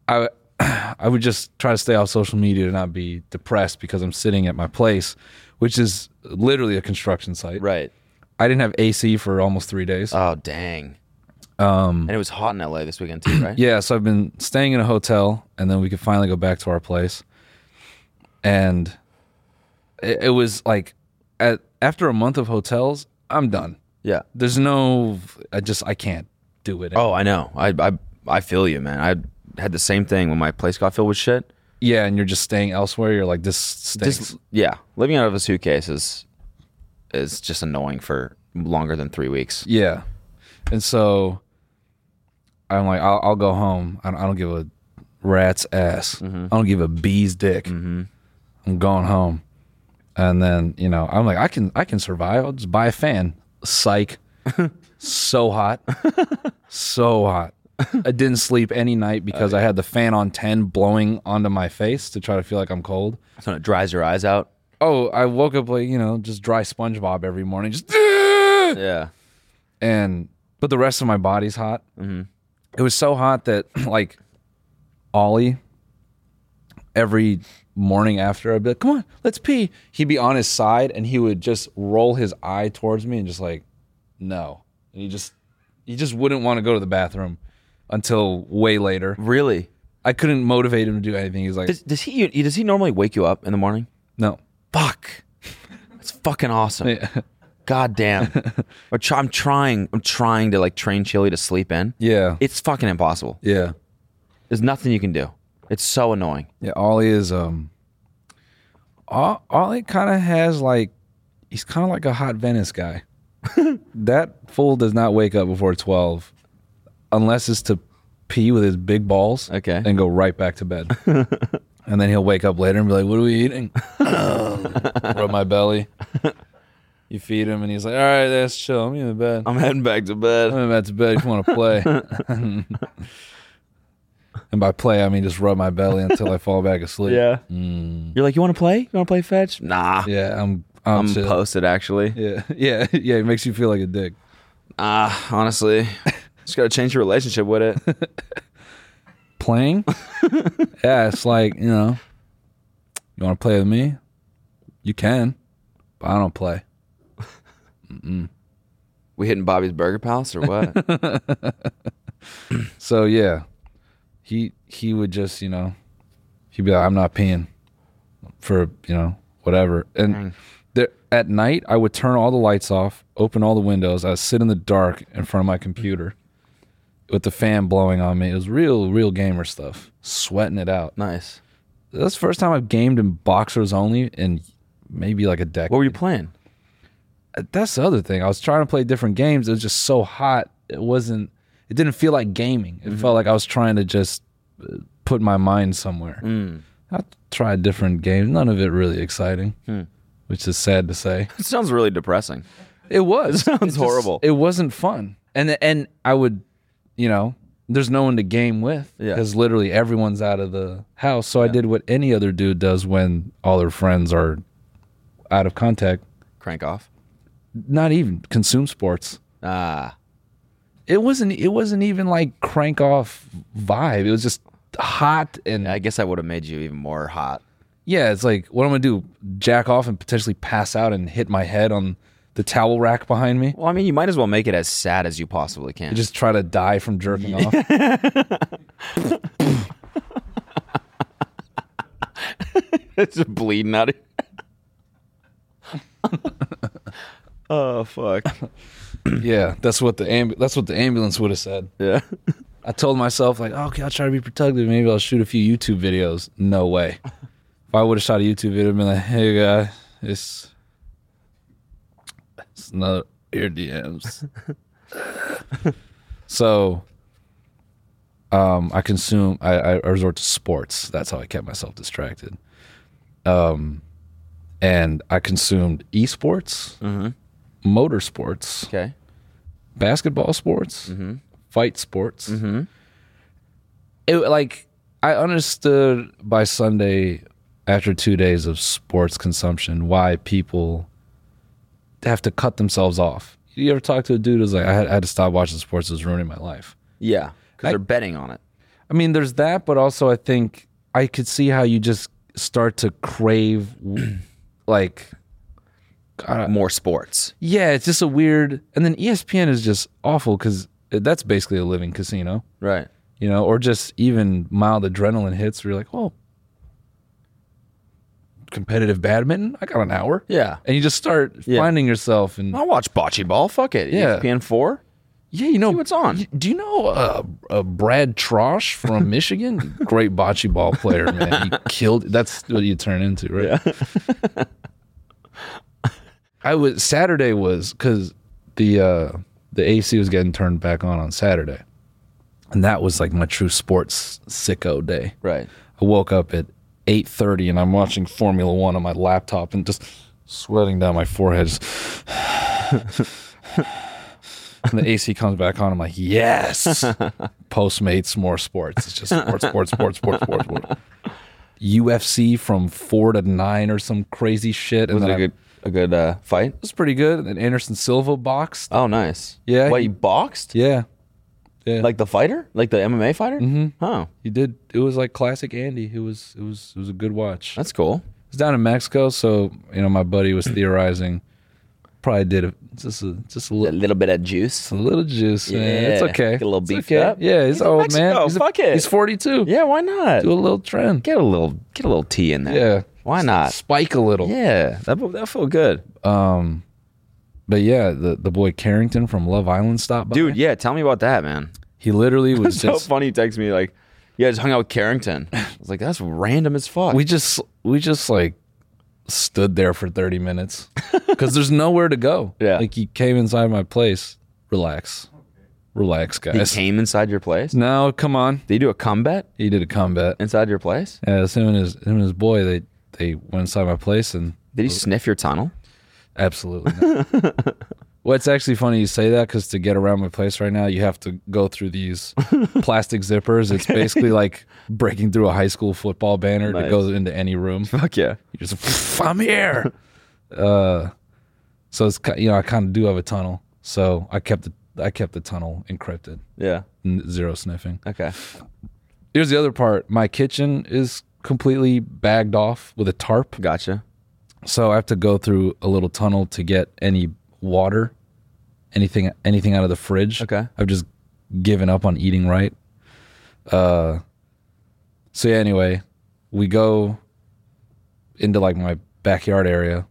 [SPEAKER 1] I I would just try to stay off social media to not be depressed because I'm sitting at my place, which is literally a construction site.
[SPEAKER 2] right.
[SPEAKER 1] I didn't have AC for almost three days.
[SPEAKER 2] Oh dang. Um. And it was hot in LA this weekend too, right?
[SPEAKER 1] yeah, so I've been staying in a hotel, and then we could finally go back to our place. And it, it was like, at, after a month of hotels, I'm done.
[SPEAKER 2] Yeah.
[SPEAKER 1] There's no, I just I can't do it.
[SPEAKER 2] Oh, I know. I I I feel you, man. I had the same thing when my place got filled with shit.
[SPEAKER 1] yeah, and you're just staying elsewhere. You're like this stinks.
[SPEAKER 2] Just yeah, living out of a suitcase is is just annoying for longer than three weeks.
[SPEAKER 1] yeah, and so I'm like, I'll, I'll go home. I don't, I don't give a rat's ass. I don't give a bee's dick. I'm going home, and then you know I'm like, I can I can survive. I'll just buy a fan. Psych. so hot, so hot. I didn't sleep any night because I had the fan on ten blowing onto my face to try to feel like I'm cold.
[SPEAKER 2] So when it dries your eyes out.
[SPEAKER 1] oh, I woke up like, you know, just dry SpongeBob every morning, just
[SPEAKER 2] Yeah.
[SPEAKER 1] and but the rest of my body's hot. Mm-hmm. It was so hot that like Ollie, every morning after I'd be like, "Come on, let's pee." He'd be on his side and he would just roll his eye towards me and just like, "No," and he just he just wouldn't want to go to the bathroom until way later.
[SPEAKER 2] Really?
[SPEAKER 1] I couldn't motivate him to do anything. He's like,
[SPEAKER 2] Does, does he does he normally wake you up in the morning?
[SPEAKER 1] "No."
[SPEAKER 2] Fuck. That's fucking awesome. God damn. Or try- I'm trying. I'm trying to like train Chili to sleep in.
[SPEAKER 1] Yeah.
[SPEAKER 2] It's fucking impossible.
[SPEAKER 1] yeah.
[SPEAKER 2] There's nothing you can do. It's so annoying.
[SPEAKER 1] Yeah, Ollie is um Ol- Ollie kind of has like he's kind of like a hot Venice guy. that fool does not wake up before 12 unless it's to pee with his big balls
[SPEAKER 2] Okay.
[SPEAKER 1] and go right back to bed. and then he'll wake up later and be like, "What are we eating?" Rub my belly. You feed him and he's like, "All right, that's chill. I'm in the bed."
[SPEAKER 2] I'm heading back to bed.
[SPEAKER 1] I'm about to bed if you want to play. And by play, I mean just rub my belly until I fall back asleep.
[SPEAKER 2] Yeah.
[SPEAKER 1] Mm.
[SPEAKER 2] You're like, you want to play? You want to play fetch? Nah.
[SPEAKER 1] Yeah, I'm.
[SPEAKER 2] I'm,
[SPEAKER 1] I'm, chill.
[SPEAKER 2] posted actually.
[SPEAKER 1] Yeah, yeah, yeah. It makes you feel like a dick.
[SPEAKER 2] Ah, honestly, just gotta change your relationship with it.
[SPEAKER 1] Playing? yeah, it's like you know. You want to play with me? You can, but I don't play.
[SPEAKER 2] we hitting Bobby's Burger Palace or what?
[SPEAKER 1] So yeah, he he would just you know, he'd be like, I'm not peeing for you know whatever. And there, at night, I would turn all the lights off, open all the windows. I would sit in the dark in front of my computer with the fan blowing on me. It was real real gamer stuff, sweating it out.
[SPEAKER 2] nice.
[SPEAKER 1] That's the first time I've gamed in boxers only in maybe like a decade.
[SPEAKER 2] What were you playing?
[SPEAKER 1] That's the other thing. I was trying to play different games. It was just so hot. It wasn't. It didn't feel like gaming.
[SPEAKER 2] Mm-hmm.
[SPEAKER 1] It felt like I was trying to just uh, put my mind somewhere.
[SPEAKER 2] Mm.
[SPEAKER 1] I tried different games. None of it really exciting,
[SPEAKER 2] Hmm.
[SPEAKER 1] which is sad to say.
[SPEAKER 2] It sounds really depressing.
[SPEAKER 1] It was.
[SPEAKER 2] sounds
[SPEAKER 1] It just-
[SPEAKER 2] horrible.
[SPEAKER 1] It wasn't fun. And and I would, you know, there's no one to game with
[SPEAKER 2] Yeah.
[SPEAKER 1] because literally everyone's out of the house. So I did what any other dude does when all their friends are out of contact.
[SPEAKER 2] Crank off.
[SPEAKER 1] Not even consume sports.
[SPEAKER 2] Ah,
[SPEAKER 1] It wasn't. It wasn't even like crank off vibe. It was just hot and
[SPEAKER 2] I guess I would have made you even more hot.
[SPEAKER 1] yeah. It's like what I'm gonna do: jack off and potentially pass out and hit my head on the towel rack behind me.
[SPEAKER 2] Well, I mean, you might as well make it as sad as you possibly can.
[SPEAKER 1] just try to die from jerking off.
[SPEAKER 2] it's just bleeding out. of Oh fuck!
[SPEAKER 1] Yeah, that's what the amb- that's what the ambulance would have said.
[SPEAKER 2] Yeah,
[SPEAKER 1] I told myself like, "Oh, okay, I'll try to be protective. Maybe I'll shoot a few YouTube videos. No way. if I would have shot a YouTube video, I'd been like, hey guy, it's it's another ear DMs. so, um, I consume. I, I I resort to sports. That's how I kept myself distracted. Um, and I consumed esports, motorsports,
[SPEAKER 2] Okay.
[SPEAKER 1] basketball sports, fight sports. It like I understood by Sunday after two days of sports consumption why people have to cut themselves off. You ever talk to a dude who's like, I had, I had to stop watching sports; it was ruining my life.
[SPEAKER 2] Yeah, because
[SPEAKER 1] I-
[SPEAKER 2] they're betting on it.
[SPEAKER 1] I mean, there's that, but also I think I could see how you just start to crave, like,
[SPEAKER 2] More sports.
[SPEAKER 1] yeah, it's just a weird. And then E ESPN is just awful because that's basically a living casino.
[SPEAKER 2] Right.
[SPEAKER 1] you know, or just even mild adrenaline hits where you're like, oh, competitive badminton, I got an hour.
[SPEAKER 2] Yeah.
[SPEAKER 1] And you just start
[SPEAKER 2] Yeah.
[SPEAKER 1] finding yourself and
[SPEAKER 2] I'll watch bocce ball. Fuck it. E
[SPEAKER 1] Yeah.
[SPEAKER 2] ESPN four.
[SPEAKER 1] yeah, you know
[SPEAKER 2] what's on.
[SPEAKER 1] y- Do you know uh, uh, Brad Trosh from Michigan? Great bocce ball player, man. He killed. That's what you turn into, right? I was Saturday was because the uh, the AC was getting turned back on on Saturday, and that was like my true sports sicko day.
[SPEAKER 2] Right.
[SPEAKER 1] I woke up at 8:30 and I'm watching Formula 1 on my laptop and just sweating down my forehead. just and the AC comes back on. I'm like, "Yes." Postmates more sports. It's just sports, sports, sports, sports, sports, sports. UFC from 4 to 9 or some crazy shit and
[SPEAKER 2] Was it
[SPEAKER 1] then
[SPEAKER 2] a
[SPEAKER 1] I-
[SPEAKER 2] good a good uh, fight?
[SPEAKER 1] it was pretty good. And then Anderson Silva boxed.
[SPEAKER 2] Oh, nice.
[SPEAKER 1] Yeah,
[SPEAKER 2] What
[SPEAKER 1] he-
[SPEAKER 2] you boxed?
[SPEAKER 1] Yeah.
[SPEAKER 2] Like the fighter? Like the MMA fighter? Mm-hmm. Oh,
[SPEAKER 1] He did it was like classic Andy. It was it was it was a good watch.
[SPEAKER 2] that's cool.
[SPEAKER 1] It's down in Mexico, so you know my buddy was theorizing. Probably did a, just a just a
[SPEAKER 2] A
[SPEAKER 1] little,
[SPEAKER 2] little bit of juice.
[SPEAKER 1] a little juice. Yeah, it's
[SPEAKER 2] Yeah,
[SPEAKER 1] okay.
[SPEAKER 2] get a little
[SPEAKER 1] It's
[SPEAKER 2] beefed
[SPEAKER 1] okay.
[SPEAKER 2] up.
[SPEAKER 1] Yeah, he's,
[SPEAKER 2] He's in
[SPEAKER 1] old man.
[SPEAKER 2] Mexico,
[SPEAKER 1] He's a-
[SPEAKER 2] fuck it.
[SPEAKER 1] He's forty two.
[SPEAKER 2] Yeah, why not?
[SPEAKER 1] do a little trend.
[SPEAKER 2] Get a little get a little tea in there.
[SPEAKER 1] Yeah,
[SPEAKER 2] Why not?
[SPEAKER 1] spike a little.
[SPEAKER 2] Yeah, that that felt good,
[SPEAKER 1] But yeah, the the boy Carrington from Love Island stopped by.
[SPEAKER 2] dude. Yeah, tell me about that, man.
[SPEAKER 1] he literally was
[SPEAKER 2] It's so
[SPEAKER 1] just.
[SPEAKER 2] funny. He texts me like, "Yeah, I just hung out with Carrington." I was like, "That's random as fuck."
[SPEAKER 1] we just we just like stood there for thirty minutes because there's nowhere to go.
[SPEAKER 2] Yeah.
[SPEAKER 1] like he came inside my place. Relax, relax,
[SPEAKER 2] he
[SPEAKER 1] guys.
[SPEAKER 2] came inside your place.
[SPEAKER 1] No, come on.
[SPEAKER 2] Did he do a combat
[SPEAKER 1] He did a combat.
[SPEAKER 2] inside your place?
[SPEAKER 1] Yeah, it's him and his him and his boy. They they went inside my place and
[SPEAKER 2] Did he sniff your tunnel?
[SPEAKER 1] absolutely. Not. Well, it's actually funny you say that because to get around my place right now, you have to go through these plastic zippers. It's basically like breaking through a high school football banner
[SPEAKER 2] Nice.
[SPEAKER 1] to go into any room.
[SPEAKER 2] Fuck yeah.
[SPEAKER 1] You just, I'm here. uh, so it's ki- you know I kind of do have a tunnel, so I kept the I kept the tunnel encrypted.
[SPEAKER 2] Yeah.
[SPEAKER 1] N- zero sniffing.
[SPEAKER 2] Okay.
[SPEAKER 1] Here's the other part. My kitchen is completely bagged off with a tarp.
[SPEAKER 2] Gotcha.
[SPEAKER 1] So I have to go through a little tunnel to get any water, anything anything out of the fridge.
[SPEAKER 2] Okay.
[SPEAKER 1] I've just given up on eating right. Uh so yeah, anyway, we go into like my backyard area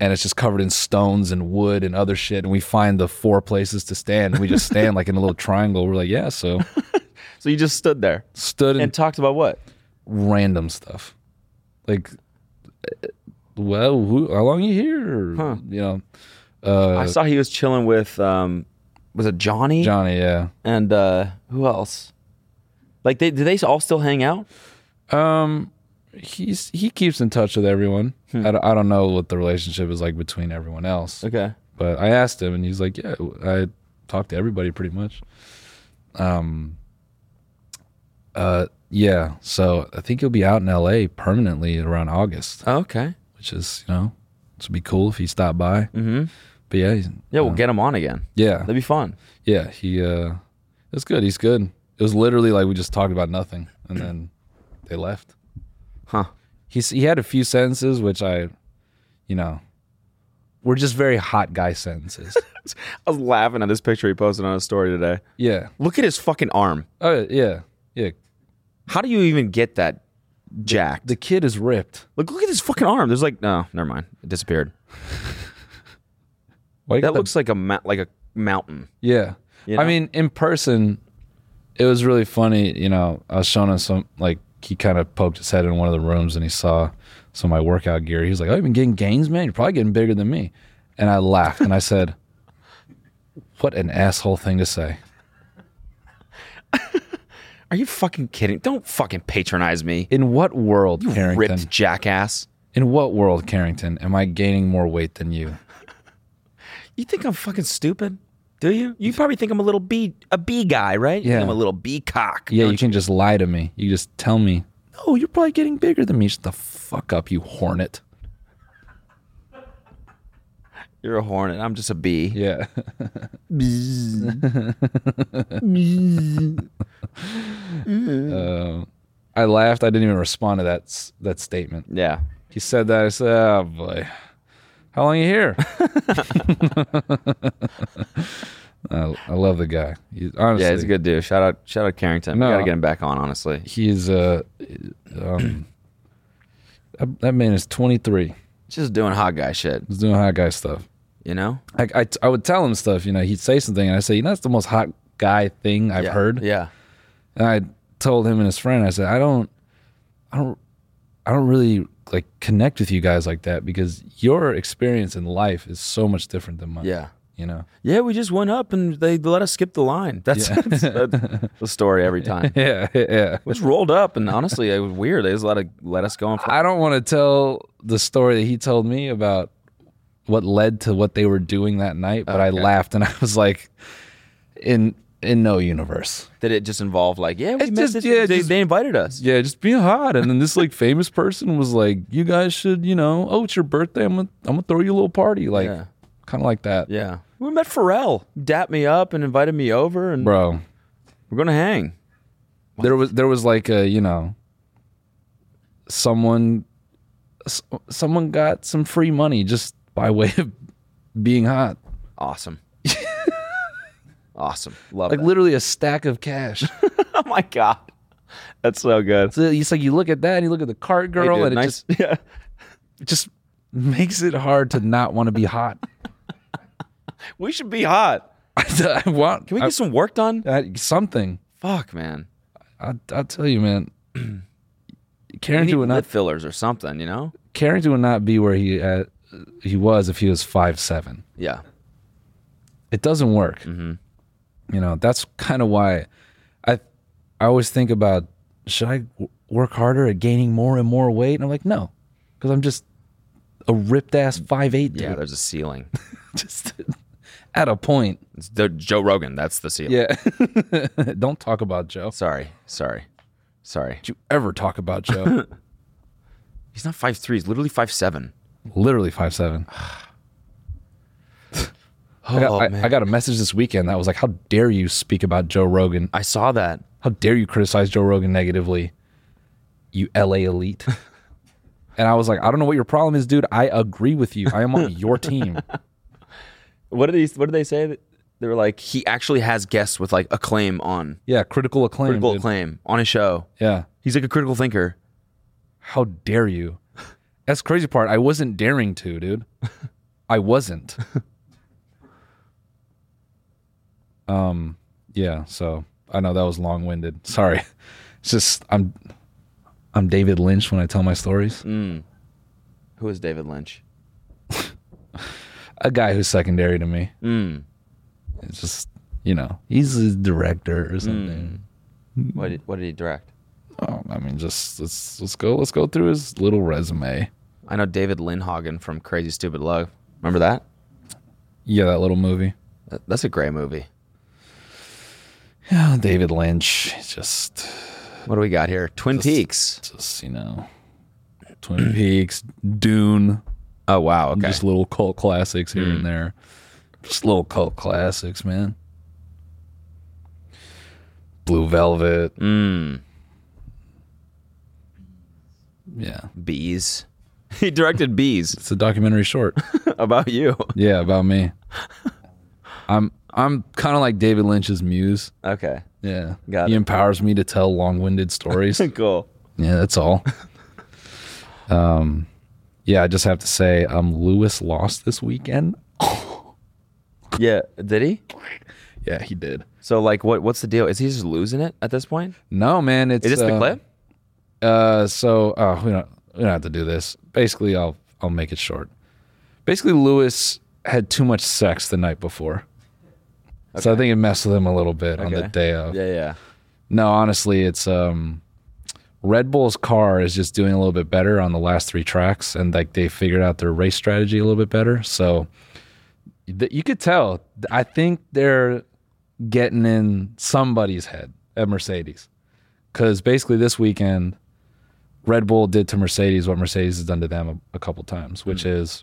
[SPEAKER 1] and it's just covered in stones and wood and other shit and we find the four places to stand and we just stand like in a little triangle. We're like, yeah, so
[SPEAKER 2] So you just stood there
[SPEAKER 1] stood and
[SPEAKER 2] and talked about what?
[SPEAKER 1] random stuff. Like, uh, well, who, how long you here?
[SPEAKER 2] Huh.
[SPEAKER 1] You know, uh,
[SPEAKER 2] I saw he was chilling with um was it Johnny?
[SPEAKER 1] Johnny, yeah.
[SPEAKER 2] And uh who else? Like they do they all still hang out?
[SPEAKER 1] Um, he's he keeps in touch with everyone.
[SPEAKER 2] Hmm.
[SPEAKER 1] I, don't, I don't know what the relationship is like between everyone else,
[SPEAKER 2] Okay.
[SPEAKER 1] but I asked him, and he's like, "Yeah, I talk to everybody pretty much." Um. Uh, yeah. So I think he'll be out in L.A. permanently around August,
[SPEAKER 2] Okay.
[SPEAKER 1] which is you know, it would be cool if he stopped by.
[SPEAKER 2] Mm-hmm.
[SPEAKER 1] But yeah, he's,
[SPEAKER 2] Yeah, we'll get him on again.
[SPEAKER 1] yeah.
[SPEAKER 2] That'd be fun.
[SPEAKER 1] Yeah, he uh it's good. He's good. It was literally like we just talked about nothing and then they left.
[SPEAKER 2] Huh.
[SPEAKER 1] He's he had a few sentences which I you know were just very hot guy sentences.
[SPEAKER 2] I was laughing at this picture he posted on his story today.
[SPEAKER 1] yeah.
[SPEAKER 2] Look at his fucking arm.
[SPEAKER 1] Oh yeah. Yeah.
[SPEAKER 2] How do you even get that jacked?
[SPEAKER 1] The kid is ripped.
[SPEAKER 2] Look, look at his fucking arm. There's like no, never mind. It disappeared.
[SPEAKER 1] Why you got
[SPEAKER 2] That
[SPEAKER 1] the-
[SPEAKER 2] looks like a ma- like a mountain.
[SPEAKER 1] Yeah.
[SPEAKER 2] You
[SPEAKER 1] I
[SPEAKER 2] know?
[SPEAKER 1] mean, in person, it was really funny. You know, I was showing him some, like, he kind of poked his head in one of the rooms and he saw some of my workout gear. He was like, Oh, you've been getting gains, man? You're probably getting bigger than me. And I laughed and I said, What an asshole thing to say.
[SPEAKER 2] Are you fucking kidding? Don't fucking patronize me.
[SPEAKER 1] In what world, Carrington?
[SPEAKER 2] Ripped jackass.
[SPEAKER 1] In what world, Carrington, am I gaining more weight than you?
[SPEAKER 2] You think I'm fucking stupid? Do you? You probably think I'm a little bee a bee guy, right? You think
[SPEAKER 1] Yeah.
[SPEAKER 2] I'm a little bee cock.
[SPEAKER 1] Yeah, you can just lie to me. You just tell me, No, you're probably getting bigger than me. Shut the fuck up, you hornet.
[SPEAKER 2] You're a hornet. I'm just a bee.
[SPEAKER 1] Yeah. Uh, I laughed. I didn't even respond to that s- that statement.
[SPEAKER 2] Yeah.
[SPEAKER 1] He said that. I said, "Oh boy, how long you here?" I, I love the guy. He's honestly,
[SPEAKER 2] Yeah, he's a good dude. Shout out shout out Carrington.
[SPEAKER 1] No,
[SPEAKER 2] we gotta
[SPEAKER 1] I-
[SPEAKER 2] get him back on, honestly.
[SPEAKER 1] He's uh, um, that, that man is 23.
[SPEAKER 2] Just doing hot guy shit,
[SPEAKER 1] He's doing hot guy stuff.
[SPEAKER 2] you know?
[SPEAKER 1] I, I I would tell him stuff. You know, he'd say something, and I say, "You know, that's the most hot guy thing I've
[SPEAKER 2] yeah.
[SPEAKER 1] heard."
[SPEAKER 2] Yeah.
[SPEAKER 1] and I told him and his friend, I said, I don't, I don't, I don't really like connect with you guys like that because your experience in life is so much different than mine.
[SPEAKER 2] Yeah.
[SPEAKER 1] You know?
[SPEAKER 2] Yeah, we just went up and they let us skip the line. That's,
[SPEAKER 1] Yeah.
[SPEAKER 2] that's, that's the story every time.
[SPEAKER 1] Yeah. Yeah.
[SPEAKER 2] We just rolled up and honestly, it was weird. They just let, it, let us go on.
[SPEAKER 1] I don't want to tell the story that he told me about what led to what they were doing that night, but I laughed and I was like, in, in no universe.
[SPEAKER 2] Did it just involve like, yeah, we
[SPEAKER 1] It's
[SPEAKER 2] met
[SPEAKER 1] just-
[SPEAKER 2] this,
[SPEAKER 1] yeah,
[SPEAKER 2] they,
[SPEAKER 1] just-
[SPEAKER 2] they invited us.
[SPEAKER 1] Yeah, just being hot. And then this like famous person was like, you guys should, you know, oh, it's your birthday. I'm going to I'm gonna throw you a little party. Like,
[SPEAKER 2] Yeah.
[SPEAKER 1] kind of like that.
[SPEAKER 2] Yeah. We met Pharrell. Dapped me up and invited me over and
[SPEAKER 1] Bro,
[SPEAKER 2] we're going to hang.
[SPEAKER 1] there was there was like a you know someone s- someone got some free money just by way of being hot
[SPEAKER 2] Awesome. awesome. Love
[SPEAKER 1] like
[SPEAKER 2] it.
[SPEAKER 1] literally a stack of cash
[SPEAKER 2] oh my God. That's so good.
[SPEAKER 1] so it's like you look at that and you look at the cart
[SPEAKER 2] Hey,
[SPEAKER 1] girl
[SPEAKER 2] dude,
[SPEAKER 1] and it
[SPEAKER 2] nice-
[SPEAKER 1] just
[SPEAKER 2] yeah.
[SPEAKER 1] it just makes it hard to not want to be hot
[SPEAKER 2] We should be hot.
[SPEAKER 1] i want
[SPEAKER 2] Can we get some work done?
[SPEAKER 1] I- something
[SPEAKER 2] Fuck, man.
[SPEAKER 1] I, i'll tell you man
[SPEAKER 2] We need
[SPEAKER 1] Carrington would
[SPEAKER 2] lip
[SPEAKER 1] not
[SPEAKER 2] fillers or something, you know?
[SPEAKER 1] Carrington would not be where he at, he was if he was five seven
[SPEAKER 2] Yeah.
[SPEAKER 1] it doesn't work. You know, that's kind of why I I always think about should I w- work harder at gaining more and more weight? And I'm like, no, because I'm just a ripped ass five eight dude.
[SPEAKER 2] Yeah, there's a ceiling.
[SPEAKER 1] just at a point.
[SPEAKER 2] It's the Joe Rogan. That's the seal.
[SPEAKER 1] Yeah. Don't talk about Joe.
[SPEAKER 2] Sorry. Sorry. Sorry.
[SPEAKER 1] Did you ever talk about Joe?
[SPEAKER 2] He's not five three. He's literally five seven.
[SPEAKER 1] Literally five seven. I, got, I- I got a message this weekend that was like, "How dare you speak about Joe Rogan?
[SPEAKER 2] I saw that.
[SPEAKER 1] How dare you criticize Joe Rogan negatively? You LA elite." and I was like, "I don't know what your problem is, dude. I agree with you. I am on your team."
[SPEAKER 2] What did he? What did they say? They were like, he actually has guests with like acclaim on
[SPEAKER 1] Yeah, critical acclaim.
[SPEAKER 2] critical
[SPEAKER 1] dude.
[SPEAKER 2] acclaim on his show.
[SPEAKER 1] Yeah.
[SPEAKER 2] He's like a critical thinker.
[SPEAKER 1] How dare you? That's the crazy part. I wasn't daring to, dude. I wasn't. um, yeah, so I know that was long winded. Sorry. It's just I'm I'm David Lynch when I tell my stories.
[SPEAKER 2] Who is David Lynch?
[SPEAKER 1] A guy who's secondary to me.
[SPEAKER 2] Mm.
[SPEAKER 1] It's just you know, he's a director
[SPEAKER 2] Mm.
[SPEAKER 1] or something.
[SPEAKER 2] What did, what did he direct?
[SPEAKER 1] Oh, I mean just let's let's go let's go through his little resume.
[SPEAKER 2] I know David Lindhagen from Crazy Stupid Love. Remember that?
[SPEAKER 1] Yeah, that little movie.
[SPEAKER 2] That- That's a great movie.
[SPEAKER 1] Yeah, Oh, David Lynch. It's just
[SPEAKER 2] What do we got here? Twin Peaks.
[SPEAKER 1] just you know twin peaks dune
[SPEAKER 2] Oh wow. Okay. Mm.
[SPEAKER 1] just little cult classics here and there just little cult classics man blue velvet
[SPEAKER 2] Mm.
[SPEAKER 1] yeah
[SPEAKER 2] bees. He directed Bees
[SPEAKER 1] it's a documentary short
[SPEAKER 2] about you.
[SPEAKER 1] yeah about me i'm i'm kind of like david lynch's muse
[SPEAKER 2] Okay.
[SPEAKER 1] yeah
[SPEAKER 2] Got
[SPEAKER 1] he
[SPEAKER 2] it.
[SPEAKER 1] empowers me to tell long-winded stories
[SPEAKER 2] Cool.
[SPEAKER 1] Yeah, that's all. um, yeah, I just have to say, um, Lewis lost this weekend.
[SPEAKER 2] Yeah. Did he?
[SPEAKER 1] Yeah, he did.
[SPEAKER 2] So like, what what's the deal? Is he just losing it at this point?
[SPEAKER 1] No, man, it's
[SPEAKER 2] Is this the
[SPEAKER 1] uh,
[SPEAKER 2] clip?
[SPEAKER 1] Uh, so uh, we don't we don't have to do this. Basically, I'll I'll make it short. Basically, Lewis had too much sex the night before, so I think it messed with him a little bit on the
[SPEAKER 2] Okay.
[SPEAKER 1] day of.
[SPEAKER 2] Yeah, yeah.
[SPEAKER 1] No, honestly, it's um, Red Bull's car is just doing a little bit better on the last three tracks, and like they figured out their race strategy a little bit better. So th- you could tell. I think they're getting in somebody's head at Mercedes, because basically this weekend, Red Bull did to Mercedes what Mercedes has done to them a, a couple times, which is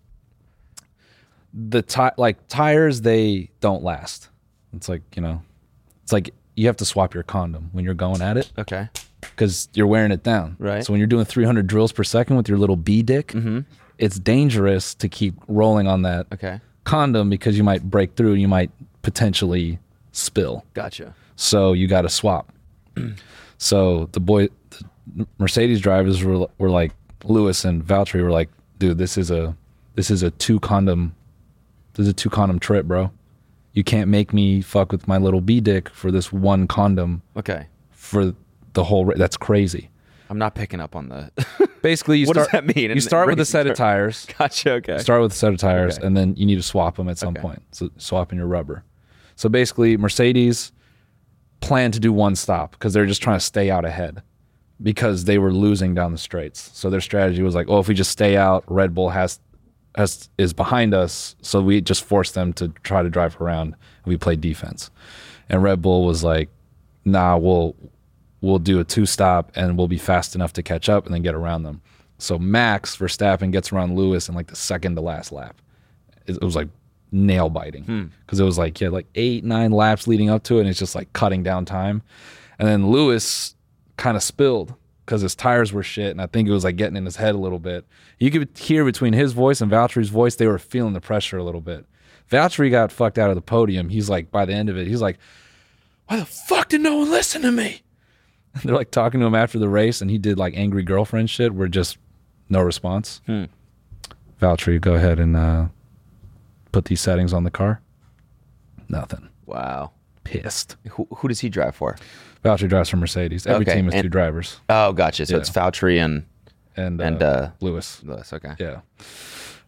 [SPEAKER 1] the ti- like tires they don't last. It's like you know, it's like you have to swap your condom when you're going at it
[SPEAKER 2] Okay.
[SPEAKER 1] because you're wearing it down.
[SPEAKER 2] Right. Mm-hmm.
[SPEAKER 1] So when you're doing 300 drills per second with your little B dick, it's dangerous to keep rolling on that
[SPEAKER 2] Okay.
[SPEAKER 1] condom because you might break through. You might potentially spill.
[SPEAKER 2] Gotcha.
[SPEAKER 1] So you got to swap. so the boy, the Mercedes drivers were were like Lewis and Valtteri were like, dude, this is a this is a two condom, this is a two condom trip, bro. You can't make me fuck with my little B dick for this one condom
[SPEAKER 2] Okay.
[SPEAKER 1] for the whole. Ra- That's crazy.
[SPEAKER 2] I'm not picking up on the.
[SPEAKER 1] Basically, you
[SPEAKER 2] What does
[SPEAKER 1] start.
[SPEAKER 2] that mean?
[SPEAKER 1] You start with a
[SPEAKER 2] Racing
[SPEAKER 1] set of
[SPEAKER 2] term.
[SPEAKER 1] tires.
[SPEAKER 2] gotcha. Okay.
[SPEAKER 1] You start with a set of tires,
[SPEAKER 2] Okay.
[SPEAKER 1] and then you need to swap them at some point. So swapping your rubber. So basically, Mercedes planned to do one stop because they're just trying to stay out ahead because they were losing down the straights. So their strategy was like, oh, if we just stay out, Red Bull has has is behind us, so we just force them to try to drive around. and We play defense, and Red Bull was like, nah, we'll we'll do a two stop and we'll be fast enough to catch up and then get around them. So Max Verstappen gets around Lewis in like the second to last lap. It, it was like nail biting because it was like yeah, like eight nine laps leading up to it, and it's just like cutting down time. And then Lewis kind of spilled because his tires were shit, and I think it was like getting in his head a little bit. You could hear between his voice and Valtteri's voice, they were feeling the pressure a little bit. Valtteri got fucked out of the podium. He's like, by the end of it, he's like, why the fuck did no one listen to me? they're like talking to him after the race, and he did like angry girlfriend shit where just no response.
[SPEAKER 2] Hmm.
[SPEAKER 1] Valtteri, go ahead and uh, put these settings on the car. Nothing.
[SPEAKER 2] wow.
[SPEAKER 1] Pissed.
[SPEAKER 2] Who, who does he drive for?
[SPEAKER 1] Valtteri drives for Mercedes. Every
[SPEAKER 2] Okay,
[SPEAKER 1] team has
[SPEAKER 2] and-
[SPEAKER 1] two drivers.
[SPEAKER 2] Oh, gotcha. So
[SPEAKER 1] Yeah.
[SPEAKER 2] it's Fauci and
[SPEAKER 1] And, uh,
[SPEAKER 2] And, uh,
[SPEAKER 1] Lewis.
[SPEAKER 2] Lewis. Okay.
[SPEAKER 1] Yeah.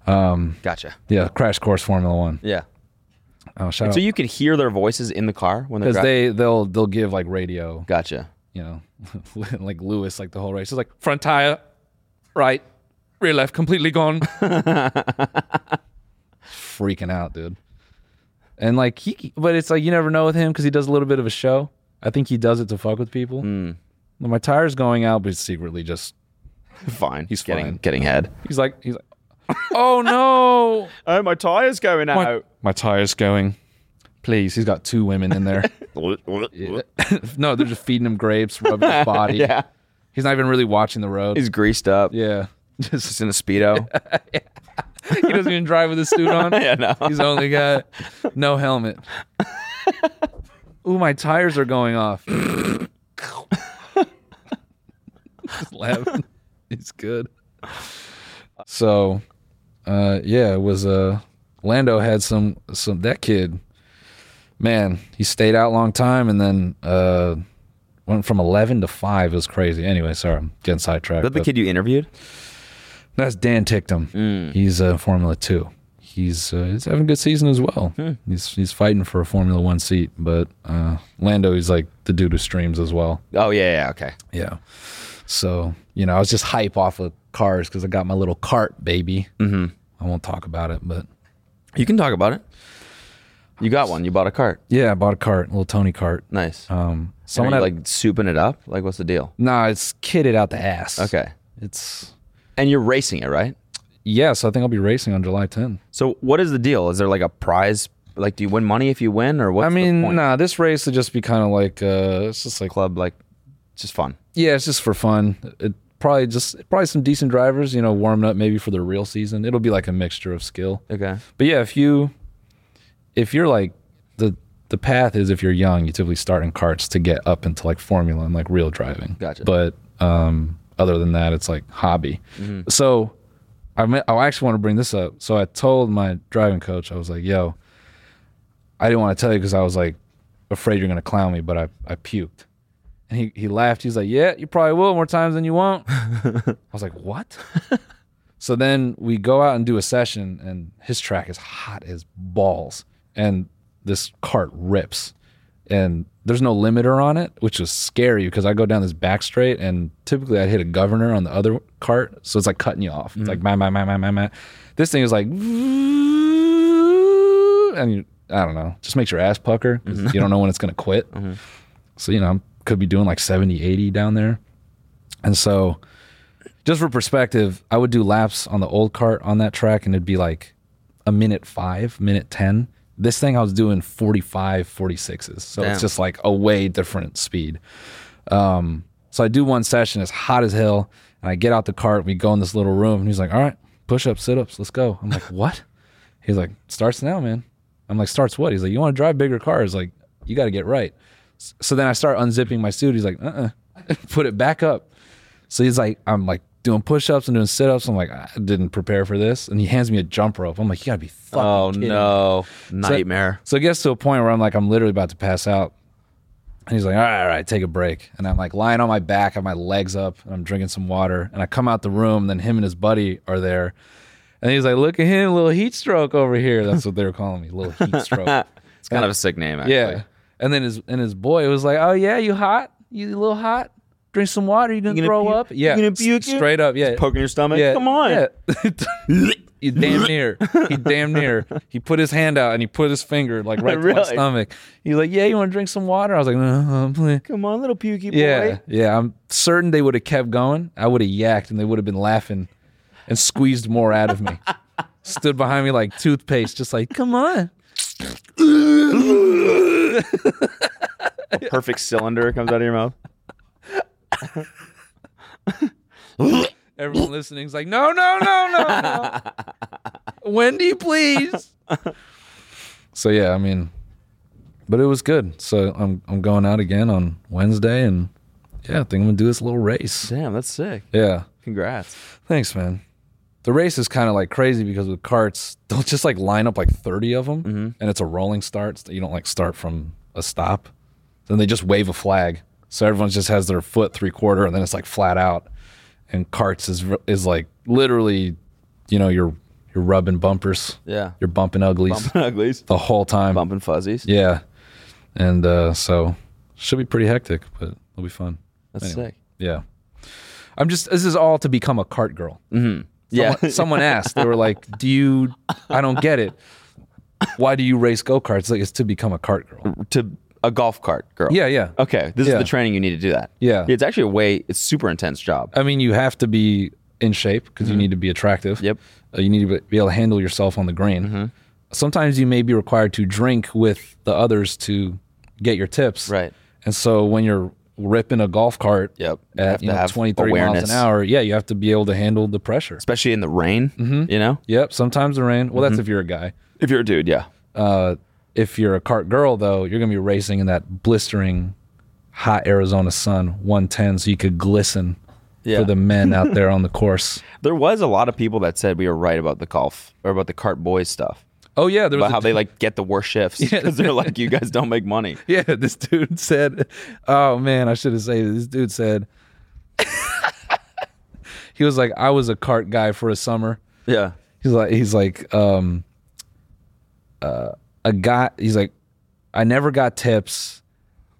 [SPEAKER 2] Gotcha.
[SPEAKER 1] Yeah. Crash course Formula One.
[SPEAKER 2] Yeah.
[SPEAKER 1] Oh, shout out.
[SPEAKER 2] So you could hear their voices in the car when they're
[SPEAKER 1] Because
[SPEAKER 2] driving.
[SPEAKER 1] they, they'll, they'll give like radio,
[SPEAKER 2] gotcha.
[SPEAKER 1] you know, like Lewis, like the whole race. It's like front tire, right, rear left, completely gone. Freaking out, dude. And like he, but it's like you never know with him because he does a little bit of a show. I think he does it to fuck with people. Well, My tire's going out, but he's secretly just
[SPEAKER 2] fine. He's getting
[SPEAKER 1] fine.
[SPEAKER 2] getting head.
[SPEAKER 1] He's like he's like, oh no,
[SPEAKER 2] oh my tire's going
[SPEAKER 1] my, my tire's going. Please, he's got two women in there. no, they're just feeding him grapes, rubbing his body.
[SPEAKER 2] yeah,
[SPEAKER 1] He's not even really watching the road.
[SPEAKER 2] he's greased up.
[SPEAKER 1] yeah.
[SPEAKER 2] He's in a speedo.
[SPEAKER 1] he doesn't even drive with his suit on.
[SPEAKER 2] yeah, no.
[SPEAKER 1] He's only got no helmet. Ooh, my tires are going off. Just laughing. It's good. So, uh, yeah, it was uh, Lando had some some that kid. Man, he stayed out a long time and then uh, went from eleven to five. It was crazy. Anyway, sorry, I'm getting sidetracked.
[SPEAKER 2] Is that the
[SPEAKER 1] but-
[SPEAKER 2] kid you interviewed?
[SPEAKER 1] that's Dan Tictum.
[SPEAKER 2] Mm.
[SPEAKER 1] He's uh, Formula Two. He's uh, he's having a good season as well.
[SPEAKER 2] Hmm.
[SPEAKER 1] He's he's fighting for a Formula One seat, but uh, Lando he's like the dude who streams as well.
[SPEAKER 2] Oh yeah, yeah, okay.
[SPEAKER 1] Yeah. So you know, I was just hype off of cars because I got my little cart, baby. Mm-hmm. I won't talk about it, but
[SPEAKER 2] You can talk about it. You got one. You bought a cart.
[SPEAKER 1] yeah, I bought a cart, a little Tony cart.
[SPEAKER 2] Nice.
[SPEAKER 1] Um, someone
[SPEAKER 2] Someone
[SPEAKER 1] had,
[SPEAKER 2] like souping it up. Like, what's the deal?
[SPEAKER 1] nah, it's kitted out the ass.
[SPEAKER 2] Okay.
[SPEAKER 1] it's
[SPEAKER 2] And you're racing it, right?
[SPEAKER 1] yes. I think I'll be racing on July 10th.
[SPEAKER 2] So, what is the deal? Is there like a prize? Like, do you win money if you win, or what's
[SPEAKER 1] I mean,
[SPEAKER 2] the point?
[SPEAKER 1] nah, this race would just be kind of like uh, it's just like
[SPEAKER 2] Club, like, just fun.
[SPEAKER 1] Yeah, it's just for fun. It probably just probably some decent drivers, you know, warming up maybe for the real season. It'll be like a mixture of skill.
[SPEAKER 2] Okay.
[SPEAKER 1] But yeah, if you if you're like the the path is if you're young, you typically start in carts to get up into like formula and like real driving.
[SPEAKER 2] Gotcha.
[SPEAKER 1] But um other than that, it's like hobby. So I mean, I actually want to bring this up. So I told my driving coach, I was like, "Yo, I didn't want to tell you because I was like afraid you're gonna clown me, but I I puked." And he, he laughed. He's like, Yeah, you probably will more times than you won't. I was like, What? so then we go out and do a session, and his track is hot as balls. And this cart rips. And there's no limiter on it, which was scary because I go down this back straight, and typically I'd hit a governor on the other cart. So it's like cutting you off. It's like, my, my, my, my, my, my. This thing is like, and you, I don't know, just makes your ass pucker. 'cause You don't know when it's going to quit. So, you know, I could be doing like 70, 80 down there. And so, just for perspective, I would do laps on the old cart on that track and it'd be like a minute five, minute 10. This thing I was doing 45, 46s. So
[SPEAKER 2] Damn.
[SPEAKER 1] it's just like a way different speed. Um, so I do one session, it's hot as hell. And I get out the cart, we go in this little room. And he's like, all right, push ups, sit ups, let's go. I'm like, what? He's like, starts now, man. I'm like, starts what? He's like, you want to drive bigger cars? Like, you got to get right. S- So then I start unzipping my suit. He's like, uh uh put it back up. So he's like, I'm like doing push ups and doing sit ups. I'm like, I didn't prepare for this. And he hands me a jump rope. I'm like, you got to be fucking
[SPEAKER 2] Oh
[SPEAKER 1] kidding me."
[SPEAKER 2] no, nightmare.
[SPEAKER 1] So it gets to a point where I'm like, I'm literally about to pass out. And he's like, all right, all right, take a break. And I'm like lying on my back, I have my legs up, and I'm drinking some water. And I come out the room, and then him and his buddy are there. And he's like, look at him, little heat stroke over here. That's what they were calling me, little heat stroke.
[SPEAKER 2] it's kind of a sick name, actually.
[SPEAKER 1] yeah. And then his and his boy was like, oh yeah, you hot? You a little hot? Drink some water. You gonna,
[SPEAKER 2] gonna
[SPEAKER 1] throw
[SPEAKER 2] puke-
[SPEAKER 1] up? Yeah.
[SPEAKER 2] you gonna
[SPEAKER 1] S-
[SPEAKER 2] puke it?
[SPEAKER 1] Straight up. Yeah.
[SPEAKER 2] Poking your stomach.
[SPEAKER 1] Yeah,
[SPEAKER 2] Come on.
[SPEAKER 1] Yeah. you damn near. He damn near. He put his hand out and he put his finger like right to my
[SPEAKER 2] Really?
[SPEAKER 1] stomach. He's like, "Yeah, you want to drink some water?" I was like, "No, please."
[SPEAKER 2] Come on, little pukey boy.
[SPEAKER 1] Yeah, yeah. I'm certain they would have kept going. I would have yacked, and they would have been laughing and squeezed more out of me. Stood behind me like toothpaste, just like, "Come on."
[SPEAKER 2] A perfect cylinder comes out of your mouth.
[SPEAKER 1] Everyone listening's like, "No, no, no, no, no." Wendy, please. so yeah, I mean, but it was good. So I'm I'm going out again on Wednesday, and yeah, I think I'm gonna do this little race.
[SPEAKER 2] Damn, that's sick.
[SPEAKER 1] Yeah,
[SPEAKER 2] Congrats.
[SPEAKER 1] thanks, man. The race is kind of like crazy because with carts, they'll just like line up like 30 of them, and it's a rolling start. So you don't like start from a stop. Then they just wave a flag, so everyone just has their foot three quarter, and then it's like flat out. And carts is is like literally, you know, you're you're rubbing bumpers,
[SPEAKER 2] Yeah.
[SPEAKER 1] you're bumping uglies
[SPEAKER 2] Uglies.
[SPEAKER 1] the whole time.
[SPEAKER 2] Bumping fuzzies.
[SPEAKER 1] Yeah, and uh, so should be pretty hectic, but it'll be fun.
[SPEAKER 2] That's
[SPEAKER 1] Anyway.
[SPEAKER 2] sick.
[SPEAKER 1] Yeah. I'm just, this is all to become a cart girl.
[SPEAKER 2] Mm-hmm. Yeah.
[SPEAKER 1] Someone asked, they were like, Do you, I don't get it. why do you race go karts? Like it's to become a cart girl.
[SPEAKER 2] To a golf cart girl.
[SPEAKER 1] Yeah, yeah.
[SPEAKER 2] Okay, this
[SPEAKER 1] Yeah.
[SPEAKER 2] is the training you need to do that.
[SPEAKER 1] Yeah.
[SPEAKER 2] it's actually a way. It's super intense job.
[SPEAKER 1] I mean, you have to be in shape because you need to be attractive.
[SPEAKER 2] Mm-hmm. Yep. Mm-hmm.
[SPEAKER 1] Uh, you need to be able to handle yourself on the green. Sometimes you may be required to drink with the others to get your tips.
[SPEAKER 2] Right.
[SPEAKER 1] And so when you're ripping a golf cart
[SPEAKER 2] Yep. You have
[SPEAKER 1] at
[SPEAKER 2] to
[SPEAKER 1] you know,
[SPEAKER 2] have
[SPEAKER 1] 20, 30 miles
[SPEAKER 2] awareness.
[SPEAKER 1] an hour, yeah, you have to be able to handle the pressure.
[SPEAKER 2] Especially in the rain. Mm-hmm. You know,
[SPEAKER 1] Yep. Sometimes the rain. Well,
[SPEAKER 2] Mm-hmm.
[SPEAKER 1] that's if you're a guy.
[SPEAKER 2] if you're a dude, yeah.
[SPEAKER 1] Uh, if you're a cart girl, though, you're going to be racing in that blistering hot Arizona sun, 110, so you could glisten
[SPEAKER 2] Yeah.
[SPEAKER 1] for the men out there on the course.
[SPEAKER 2] There was a lot of people that said we were right about the golf or about the cart boys stuff.
[SPEAKER 1] Oh, yeah. There was
[SPEAKER 2] About
[SPEAKER 1] a
[SPEAKER 2] how they like get the worst shifts because they're like, you guys don't make money.
[SPEAKER 1] Yeah, this dude said, "Oh man, I should have saved it." This dude said, "He was like, I was a cart guy for a summer."
[SPEAKER 2] Yeah.
[SPEAKER 1] He's like, he's like, um, uh, a guy. He's like, I never got tips,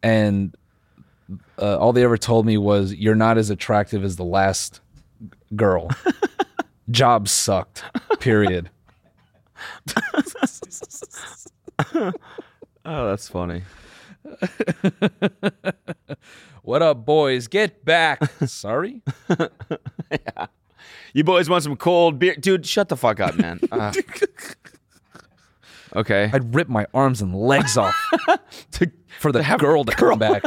[SPEAKER 1] and uh, all they ever told me was, "You're not as attractive as the last girl." Job sucked. Period.
[SPEAKER 2] Oh, that's funny.
[SPEAKER 1] what up, boys? Get back. Sorry.
[SPEAKER 2] You boys want some cold beer, dude? Shut the fuck up, man. Ah. okay.
[SPEAKER 1] I'd rip my arms and legs off
[SPEAKER 2] To-
[SPEAKER 1] for the girl to come back.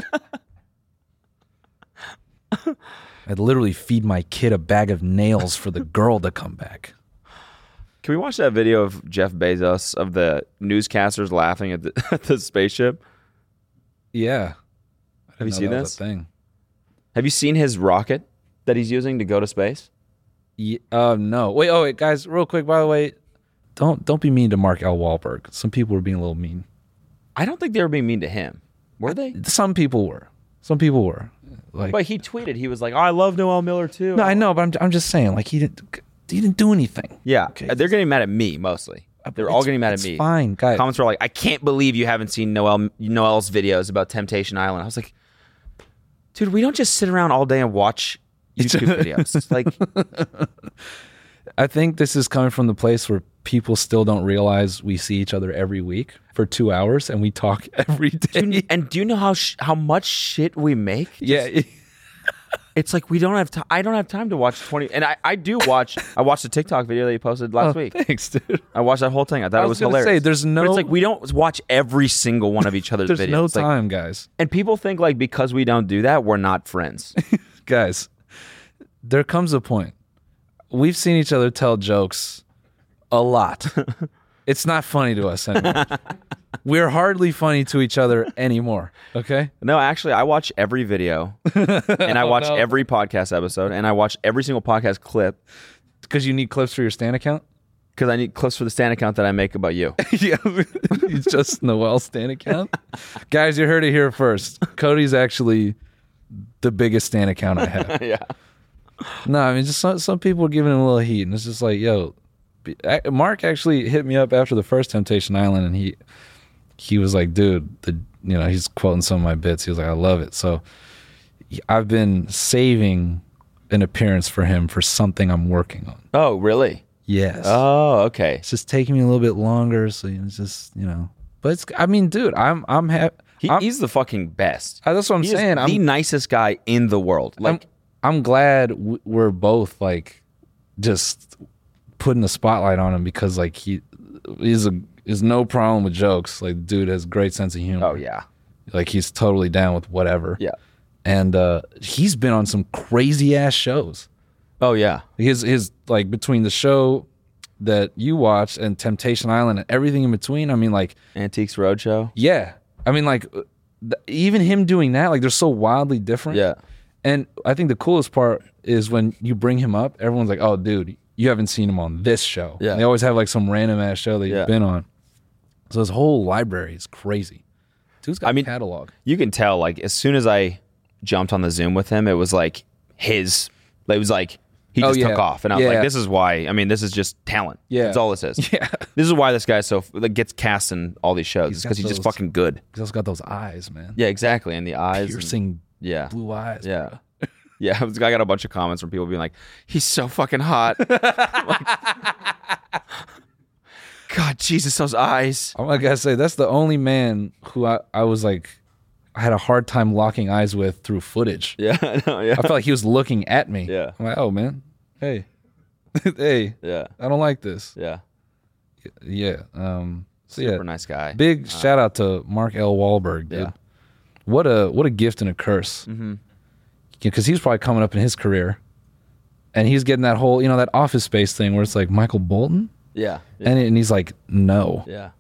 [SPEAKER 1] I'd literally feed my kid a bag of nails for the girl to come back.
[SPEAKER 2] Can we watch that video of Jeff Bezos of the newscasters laughing at the, at the spaceship?
[SPEAKER 1] Yeah. Have
[SPEAKER 2] you seen
[SPEAKER 1] that?
[SPEAKER 2] this?
[SPEAKER 1] Was a thing.
[SPEAKER 2] Have you seen his rocket that he's using to go to space?
[SPEAKER 1] Ye- uh, no. Wait. Oh, wait, guys. Real quick. By the way, don't don't be mean to Mark L. Wahlberg. Some people were being a little mean.
[SPEAKER 2] I don't think they were being mean to him, were they?
[SPEAKER 1] Some people were. Some people were. Like.
[SPEAKER 2] But he tweeted, he was like, "Oh, "I love Noel Miller too."
[SPEAKER 1] no, I know, but I'm I'm just saying. Like he didn't he didn't do anything.
[SPEAKER 2] Yeah, Uh,
[SPEAKER 1] Okay. Uh,
[SPEAKER 2] they're getting mad at me mostly. They're all
[SPEAKER 1] It's-
[SPEAKER 2] getting mad at
[SPEAKER 1] it's
[SPEAKER 2] me.
[SPEAKER 1] Fine, guys.
[SPEAKER 2] Comments were like, "I can't believe you haven't seen Noel Noel's videos about Temptation Island." I was like, "Dude, we don't just sit around all day and watch YouTube videos. Like,
[SPEAKER 1] I think this is coming from the place where people still don't realize we see each other every week for two hours and we talk every day.
[SPEAKER 2] and do you know how sh- how much shit we make?
[SPEAKER 1] yeah.
[SPEAKER 2] It's like we don't have time. I don't have time to watch twenty. And I, I do watch. I watched the TikTok video that you posted last week.
[SPEAKER 1] Thanks, dude.
[SPEAKER 2] I watched that whole thing. I thought
[SPEAKER 1] Oh. I
[SPEAKER 2] it
[SPEAKER 1] was
[SPEAKER 2] was
[SPEAKER 1] gonna say,
[SPEAKER 2] hilarious.
[SPEAKER 1] there's
[SPEAKER 2] But
[SPEAKER 1] no-
[SPEAKER 2] it's like we don't watch every single one of each other's
[SPEAKER 1] There's
[SPEAKER 2] videos.
[SPEAKER 1] no
[SPEAKER 2] It's like-
[SPEAKER 1] time, guys.
[SPEAKER 2] and people think like because we don't do that, we're not friends.
[SPEAKER 1] Guys, there comes a point. We've seen each other tell jokes a lot. it's not funny to us anymore. We're hardly funny to each other anymore. Okay?
[SPEAKER 2] No, actually, I watch every video, and I watch
[SPEAKER 1] Oh, no.
[SPEAKER 2] every podcast episode, and I watch every single podcast clip
[SPEAKER 1] Because you need clips for your stand account?
[SPEAKER 2] because I need clips for the stand account that I make about you.
[SPEAKER 1] yeah, it's just Noel Stan account. Guys, you heard it here first. Cody's actually the biggest Stan account I have.
[SPEAKER 2] yeah,
[SPEAKER 1] no, I mean, just some, some people are giving him a little heat, and it's just like, yo, be- a- Mark actually hit me up after the first Temptation Island, and he he was like, dude, the you know, he's quoting some of my bits. He was like, I love it. So I've been saving an appearance for him for something I'm working on.
[SPEAKER 2] Oh, really?
[SPEAKER 1] Yes.
[SPEAKER 2] Oh, okay.
[SPEAKER 1] It's just taking me a little bit longer, so you know, it's just you know. But it's, I mean, dude, I'm I'm happy.
[SPEAKER 2] He, he's the fucking best.
[SPEAKER 1] That's what I'm
[SPEAKER 2] He is
[SPEAKER 1] saying.
[SPEAKER 2] the
[SPEAKER 1] I'm,
[SPEAKER 2] nicest guy in the world.
[SPEAKER 1] I'm
[SPEAKER 2] Like,
[SPEAKER 1] I'm glad w- we're both like just putting the spotlight on him because like he is a is no problem with jokes. Like, dude has great sense of humor.
[SPEAKER 2] oh yeah,
[SPEAKER 1] Like he's totally down with whatever.
[SPEAKER 2] yeah.
[SPEAKER 1] And uh, he's been on some crazy ass shows.
[SPEAKER 2] Oh yeah.
[SPEAKER 1] his his like between the show that you watched and Temptation Island and everything in between. I mean, like
[SPEAKER 2] Antiques Roadshow.
[SPEAKER 1] Yeah. I mean, like, uh, th- even him doing that, like, they're so wildly different.
[SPEAKER 2] Yeah.
[SPEAKER 1] And I think the coolest part is when you bring him up, everyone's like, oh, dude, you haven't seen him on this show.
[SPEAKER 2] Yeah.
[SPEAKER 1] And they always have, like, some random ass show that
[SPEAKER 2] Yeah.
[SPEAKER 1] you've been on. So his whole library is crazy. Dude's got
[SPEAKER 2] I mean-
[SPEAKER 1] a catalog.
[SPEAKER 2] You can tell. Like as soon as I jumped on the Zoom with him, it was like his. It was like he
[SPEAKER 1] Oh,
[SPEAKER 2] just
[SPEAKER 1] yeah.
[SPEAKER 2] took off, and I was
[SPEAKER 1] Yeah.
[SPEAKER 2] like, "This is why." I mean, this is just talent.
[SPEAKER 1] Yeah.
[SPEAKER 2] that's all this is.
[SPEAKER 1] Yeah.
[SPEAKER 2] this is why this guy so like gets cast in all these shows.
[SPEAKER 1] He's
[SPEAKER 2] It's because
[SPEAKER 1] got
[SPEAKER 2] he's just
[SPEAKER 1] those-
[SPEAKER 2] fucking good.
[SPEAKER 1] He's also got those eyes, man.
[SPEAKER 2] Yeah, exactly. And the eyes. and-
[SPEAKER 1] Piercing
[SPEAKER 2] yeah.
[SPEAKER 1] blue eyes.
[SPEAKER 2] Yeah. Yeah, I was- I got a bunch of comments from people being like, "He's so fucking hot." I'm like, God God, Jesus, those eyes.
[SPEAKER 1] I'm like I say, that's the only man who I, I was like, I had a hard time locking eyes with through footage.
[SPEAKER 2] Yeah, I know. Yeah,
[SPEAKER 1] I felt like he was looking at me.
[SPEAKER 2] Yeah.
[SPEAKER 1] I'm like, oh man, hey, hey,
[SPEAKER 2] yeah,
[SPEAKER 1] I don't like this.
[SPEAKER 2] yeah.
[SPEAKER 1] Yeah. Um. So
[SPEAKER 2] Super
[SPEAKER 1] yeah,
[SPEAKER 2] nice guy.
[SPEAKER 1] big shout out to Mark L. Wahlberg, dude.
[SPEAKER 2] Yeah. Mm-hmm.
[SPEAKER 1] What a what a gift and a curse. Because he was probably coming up in his career, and he's getting that whole you know that Office Space thing where it's like Michael Bolton,
[SPEAKER 2] Yeah, yeah,
[SPEAKER 1] and and he's like, no,
[SPEAKER 2] yeah.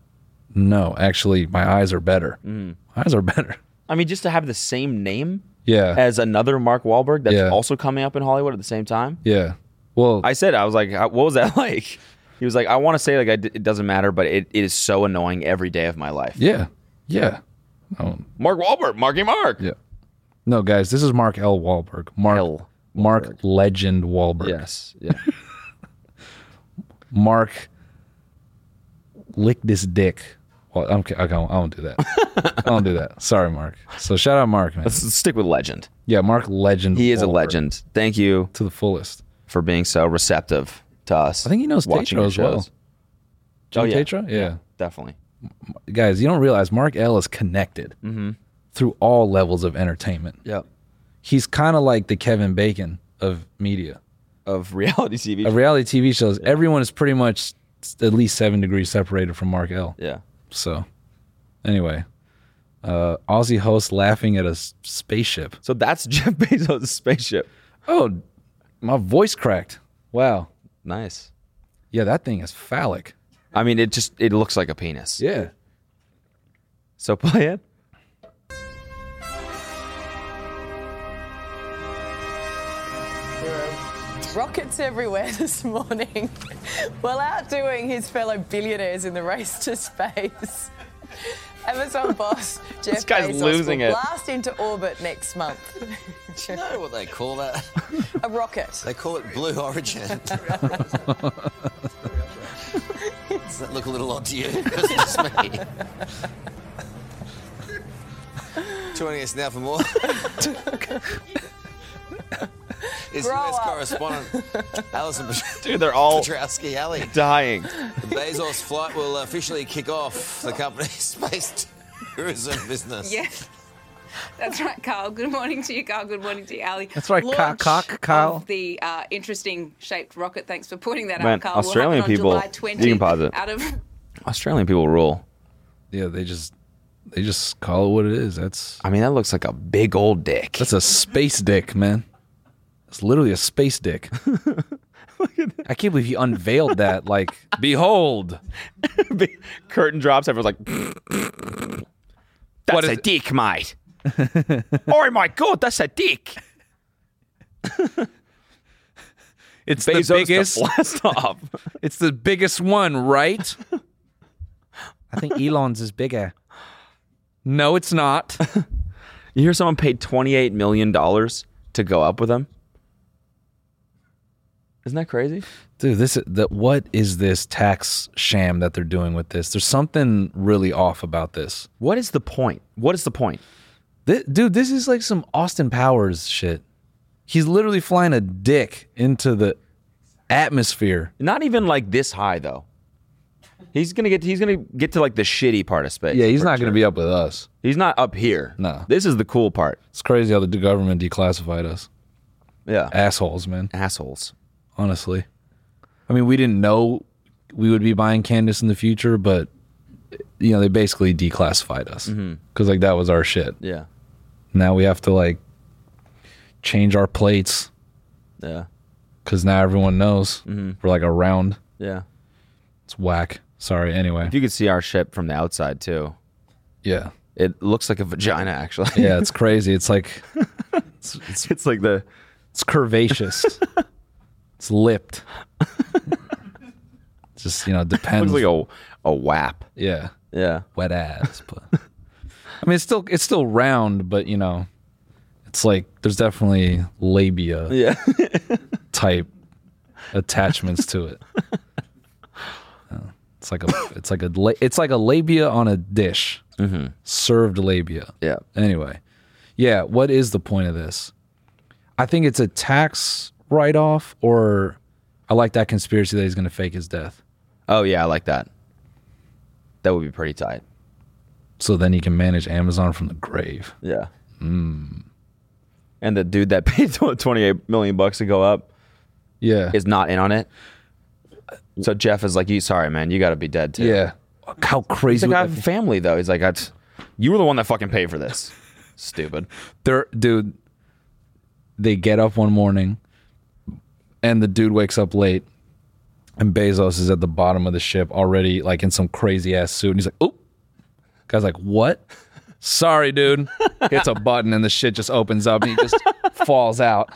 [SPEAKER 1] no, actually, my eyes are better.
[SPEAKER 2] Mm-hmm.
[SPEAKER 1] My eyes are better.
[SPEAKER 2] I mean, just to have the same name
[SPEAKER 1] Yeah.
[SPEAKER 2] as another Mark Wahlberg that's
[SPEAKER 1] Yeah.
[SPEAKER 2] also coming up in Hollywood at the same time.
[SPEAKER 1] yeah. Well,
[SPEAKER 2] I said, I was like, "How- what was that like? He was like, I want to say like I d- it doesn't matter, but it, it is so annoying every day of my life.
[SPEAKER 1] yeah, yeah. Um,
[SPEAKER 2] Mark Wahlberg, Marky Mark.
[SPEAKER 1] Yeah. No, guys, this is Mark L. Wahlberg. Mark
[SPEAKER 2] L.
[SPEAKER 1] Mark Legend Wahlberg.
[SPEAKER 2] Yes. Yeah.
[SPEAKER 1] Mark Lick This Dick. Well, I'm, ki- I, don't, I don't do that. I don't do that. Sorry, Mark. So shout out Mark, man.
[SPEAKER 2] Let's stick with legend.
[SPEAKER 1] Yeah, Mark Legend.
[SPEAKER 2] He is a
[SPEAKER 1] Wahlberg
[SPEAKER 2] legend. Thank you
[SPEAKER 1] to the fullest.
[SPEAKER 2] for being so receptive to us.
[SPEAKER 1] I think he knows
[SPEAKER 2] watching
[SPEAKER 1] Tetra
[SPEAKER 2] our
[SPEAKER 1] as well.
[SPEAKER 2] shows.
[SPEAKER 1] Jim
[SPEAKER 2] Oh, yeah.
[SPEAKER 1] Tetra? Yeah.
[SPEAKER 2] Definitely.
[SPEAKER 1] Guys, you don't realize Mark L. is connected
[SPEAKER 2] Mm-hmm.
[SPEAKER 1] through all levels of entertainment.
[SPEAKER 2] Yeah.
[SPEAKER 1] He's kind of like the Kevin Bacon of media.
[SPEAKER 2] Of reality TV.
[SPEAKER 1] Of reality TV shows, everyone is pretty much s- at least seven degrees separated from Mark L.
[SPEAKER 2] yeah.
[SPEAKER 1] So, anyway, uh, Aussie host laughing at a s- spaceship.
[SPEAKER 2] So that's Jeff Bezos' spaceship.
[SPEAKER 1] Oh, my voice cracked. Wow.
[SPEAKER 2] Nice.
[SPEAKER 1] Yeah, that thing is phallic.
[SPEAKER 2] I mean, it just it looks like a penis.
[SPEAKER 1] Yeah.
[SPEAKER 2] So play it.
[SPEAKER 10] Rockets everywhere this morning, while outdoing his fellow billionaires in the race to space. Amazon boss Jeff
[SPEAKER 2] guy's
[SPEAKER 10] Bezos
[SPEAKER 2] losing
[SPEAKER 10] will
[SPEAKER 2] it.
[SPEAKER 10] blast into orbit next month.
[SPEAKER 11] You know what they call that?
[SPEAKER 10] A rocket.
[SPEAKER 11] They call it Blue Origin. Does that look a little odd to you? 'Cause it's me. Joining us now for more is
[SPEAKER 10] Grow
[SPEAKER 11] US
[SPEAKER 10] up.
[SPEAKER 11] correspondent Alison
[SPEAKER 2] Dude, they're all
[SPEAKER 11] Petrowski Alley.
[SPEAKER 2] dying.
[SPEAKER 11] The Bezos flight will officially kick off the company's space tourism business.
[SPEAKER 12] Yes. That's right, Carl. Good morning to you, Carl. Good morning to you, Ali.
[SPEAKER 1] That's right, Ca-
[SPEAKER 12] Launch
[SPEAKER 1] cock, Carl.
[SPEAKER 12] Of the uh, interesting shaped rocket. Thanks for pointing that
[SPEAKER 2] Man,
[SPEAKER 12] out, Carl.
[SPEAKER 2] Australian people,
[SPEAKER 12] we'll have it on
[SPEAKER 2] you
[SPEAKER 12] July 20
[SPEAKER 2] can pause it.
[SPEAKER 12] Out of
[SPEAKER 2] Australian people rule.
[SPEAKER 1] Yeah, they just they just call it what it is. That's
[SPEAKER 2] I mean, that looks like a big old dick.
[SPEAKER 1] that's a space dick, man. It's literally a space dick. I can't believe he unveiled that. Like, behold,
[SPEAKER 2] Big curtain drops. Everyone's like, "That's
[SPEAKER 1] What is
[SPEAKER 2] a
[SPEAKER 1] it?
[SPEAKER 2] dick, mate." oh my god, that's a dick.
[SPEAKER 1] it's
[SPEAKER 2] Bezos
[SPEAKER 1] the biggest.
[SPEAKER 2] to blast off.
[SPEAKER 1] It's the biggest one, right? I think Elon's is bigger. No, it's not.
[SPEAKER 2] You hear someone paid twenty-eight million dollars to go up with him? Isn't that crazy?
[SPEAKER 1] Dude, this that what is this tax sham that they're doing with this? There's something really off about this.
[SPEAKER 2] What is the point? What is the point?
[SPEAKER 1] Thi- dude, this is like some Austin Powers shit. He's literally flying a dick into the atmosphere.
[SPEAKER 2] Not even like this high though. He's gonna get. He's gonna get to like the shitty part of space.
[SPEAKER 1] Yeah, he's
[SPEAKER 2] for
[SPEAKER 1] not
[SPEAKER 2] sure.
[SPEAKER 1] going to be up with us.
[SPEAKER 2] He's not up here.
[SPEAKER 1] No.
[SPEAKER 2] This is the cool part.
[SPEAKER 1] It's crazy how the d- government declassified us.
[SPEAKER 2] Yeah.
[SPEAKER 1] Assholes, man.
[SPEAKER 2] Assholes.
[SPEAKER 1] Honestly, I mean, we didn't know we would be buying Candace in the future, but you know, they basically declassified us because like that was our shit.
[SPEAKER 2] Yeah.
[SPEAKER 1] Now we have to like change our plates.
[SPEAKER 2] Yeah.
[SPEAKER 1] because now everyone knows
[SPEAKER 2] Mm-hmm.
[SPEAKER 1] we're like around.
[SPEAKER 2] Yeah.
[SPEAKER 1] It's whack. Sorry. Anyway.
[SPEAKER 2] If you could see our ship from the outside too,
[SPEAKER 1] Yeah.
[SPEAKER 2] it looks like a vagina actually.
[SPEAKER 1] Yeah. It's crazy. It's like it's, it's,
[SPEAKER 2] it's like the
[SPEAKER 1] it's curvaceous. it's lipped. Just you know depends.
[SPEAKER 2] looks like a a wap.
[SPEAKER 1] yeah.
[SPEAKER 2] Yeah.
[SPEAKER 1] Wet ass. But I mean, it's still it's still round, but you know, it's like there's definitely labia
[SPEAKER 2] Yeah.
[SPEAKER 1] type attachments to it. Uh, It's like a it's like a la- it's like a labia on a dish, served labia.
[SPEAKER 2] Mm-hmm. yeah.
[SPEAKER 1] Anyway, yeah. What is the point of this? I think it's a tax write off, or I like that conspiracy that he's going to fake his death.
[SPEAKER 2] Oh yeah, I like that. That would be pretty tight.
[SPEAKER 1] So then you can manage Amazon from the grave.
[SPEAKER 2] Yeah. Mm. And the dude that paid tw- 28 million bucks to go up
[SPEAKER 1] yeah.
[SPEAKER 2] is not in on it. So Jeff is like, "You sorry, man. You got to be dead too."
[SPEAKER 1] Yeah. How crazy
[SPEAKER 2] He's like, I
[SPEAKER 1] would that
[SPEAKER 2] have family though. He's like, I t- "You were the one that fucking paid for this." Stupid.
[SPEAKER 1] They're dude. They get up one morning, and the dude wakes up late, and Bezos is at the bottom of the ship already, like in some crazy ass suit, and he's like, "Oop." Guy's like, "What?" Sorry, dude. Hits a button, and the shit just opens up, and he just falls out,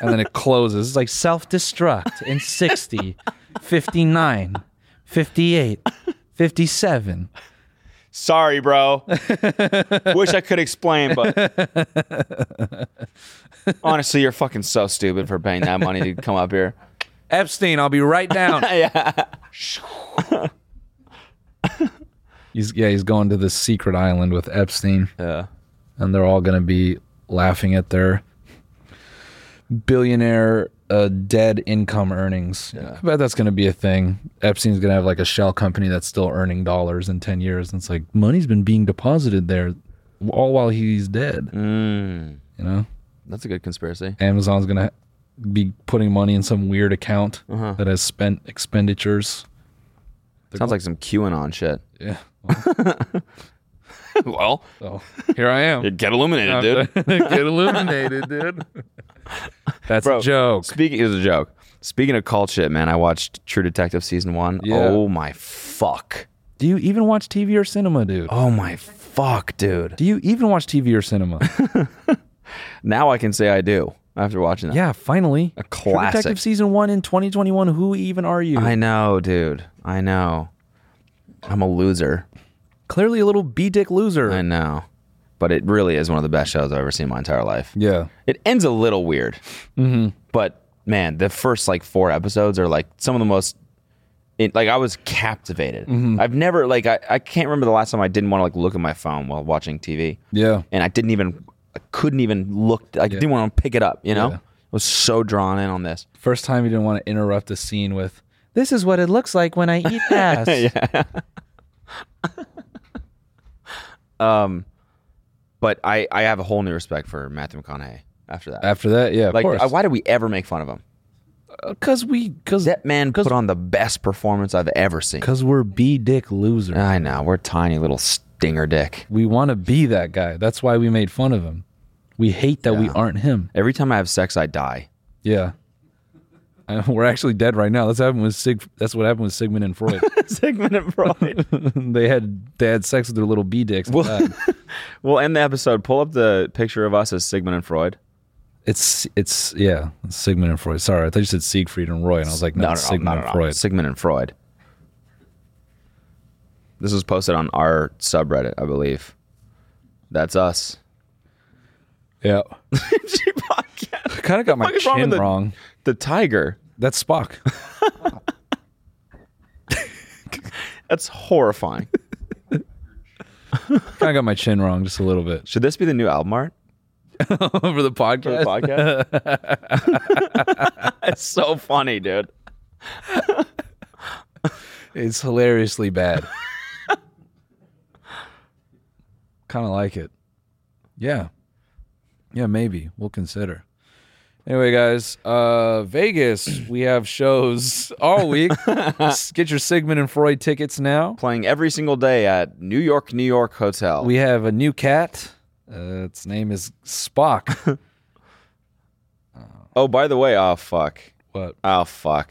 [SPEAKER 1] and then it closes. It's like self destruct in 60, 59, 58, 57.
[SPEAKER 2] Sorry, bro. Wish I could explain, but honestly, you're fucking so stupid for paying that money to come up here.
[SPEAKER 1] Epstein, I'll be right down.
[SPEAKER 2] yeah.
[SPEAKER 1] He's yeah, he's going to this secret island with Epstein.
[SPEAKER 2] Yeah.
[SPEAKER 1] And they're all gonna be laughing at their billionaire uh, dead income earnings. I bet that's gonna be a thing. Epstein's gonna have like a shell company that's still earning dollars in ten years, and it's like money's been being deposited there all while he's dead.
[SPEAKER 2] Mm.
[SPEAKER 1] You know?
[SPEAKER 2] That's a good conspiracy.
[SPEAKER 1] Amazon's gonna be putting money in some weird account
[SPEAKER 2] Uh-huh.
[SPEAKER 1] that has spent expenditures.
[SPEAKER 2] Sounds like some QAnon shit.
[SPEAKER 1] Yeah.
[SPEAKER 2] well,
[SPEAKER 1] so here I am.
[SPEAKER 2] Get illuminated, dude.
[SPEAKER 1] Get illuminated, dude. That's
[SPEAKER 2] a joke. Speaking is a joke. Speaking of cult shit, man, I watched True Detective season one.
[SPEAKER 1] Yeah.
[SPEAKER 2] Oh my fuck.
[SPEAKER 1] Do you even watch TV or cinema, dude?
[SPEAKER 2] Oh my fuck, dude.
[SPEAKER 1] Do you even watch TV or cinema?
[SPEAKER 2] Now I can say I do after watching that.
[SPEAKER 1] yeah, finally. A
[SPEAKER 2] classic.
[SPEAKER 1] Detective season one in 2021. Who even are you?
[SPEAKER 2] I know, dude. I know. I'm a loser.
[SPEAKER 1] Clearly a little b dick loser.
[SPEAKER 2] I know. But it really is one of the best shows I've ever seen in my entire life.
[SPEAKER 1] Yeah.
[SPEAKER 2] It ends a little weird.
[SPEAKER 1] Mm-hmm.
[SPEAKER 2] But man, the first like four episodes are like some of the most. It, like I was captivated.
[SPEAKER 1] Mhm.
[SPEAKER 2] I've never like I, I can't remember the last time I didn't want to like look at my phone while watching TV.
[SPEAKER 1] Yeah.
[SPEAKER 2] and I didn't even I couldn't even look. I didn't want to pick it up. You know,
[SPEAKER 1] Yeah.
[SPEAKER 2] I was so drawn in on this.
[SPEAKER 1] First time you didn't want to interrupt a scene with, this is what it looks like when I eat ass.
[SPEAKER 2] yeah. um, but I I have a whole new respect for Matthew McConaughey after that.
[SPEAKER 1] After that, yeah, of
[SPEAKER 2] like
[SPEAKER 1] course.
[SPEAKER 2] I- why did we ever make fun of him?
[SPEAKER 1] Because we, because
[SPEAKER 2] that man put on the best performance I've ever seen.
[SPEAKER 1] Because we're B dick losers.
[SPEAKER 2] I know we're tiny little stinger dick.
[SPEAKER 1] We want to be that guy. That's why we made fun of him. We hate that we
[SPEAKER 2] Yeah.
[SPEAKER 1] aren't him.
[SPEAKER 2] Every time I have sex, I die.
[SPEAKER 1] Yeah. Uh, We're actually dead right now. That's happened with Sig. That's what happened with Sigmund and Freud.
[SPEAKER 2] Sigmund and Freud.
[SPEAKER 1] they had they had sex with their little bee dicks. Uh, and died.
[SPEAKER 2] We'll end the episode. Pull up the picture of us as Sigmund and Freud.
[SPEAKER 1] it's it's yeah, it's Sigmund and Freud. Sorry, I thought you said Siegfried and Roy, and I was like, no, it's Sigmund and Freud.
[SPEAKER 2] Sigmund and Freud. This was posted on our subreddit, I believe. That's us.
[SPEAKER 1] Yeah. kind of got my
[SPEAKER 2] What the fuck is wrong
[SPEAKER 1] chin
[SPEAKER 2] with the-
[SPEAKER 1] wrong.
[SPEAKER 2] The tiger.
[SPEAKER 1] That's Spock.
[SPEAKER 2] That's horrifying.
[SPEAKER 1] kind of got my chin wrong just a little bit.
[SPEAKER 2] Should this be the new album art?
[SPEAKER 1] For the podcast.
[SPEAKER 2] For the podcast? it's so funny, dude.
[SPEAKER 1] It's hilariously bad. kind of like it. Yeah. Yeah, maybe. We'll consider. Anyway, guys, uh Vegas, we have shows all week. S- Get your Sigmund and Freud tickets now.
[SPEAKER 2] Playing every single day at New York, New York Hotel.
[SPEAKER 1] We have a new cat. Uh, its name is Spock.
[SPEAKER 2] oh, by the way, oh, fuck.
[SPEAKER 1] What?
[SPEAKER 2] Oh, fuck.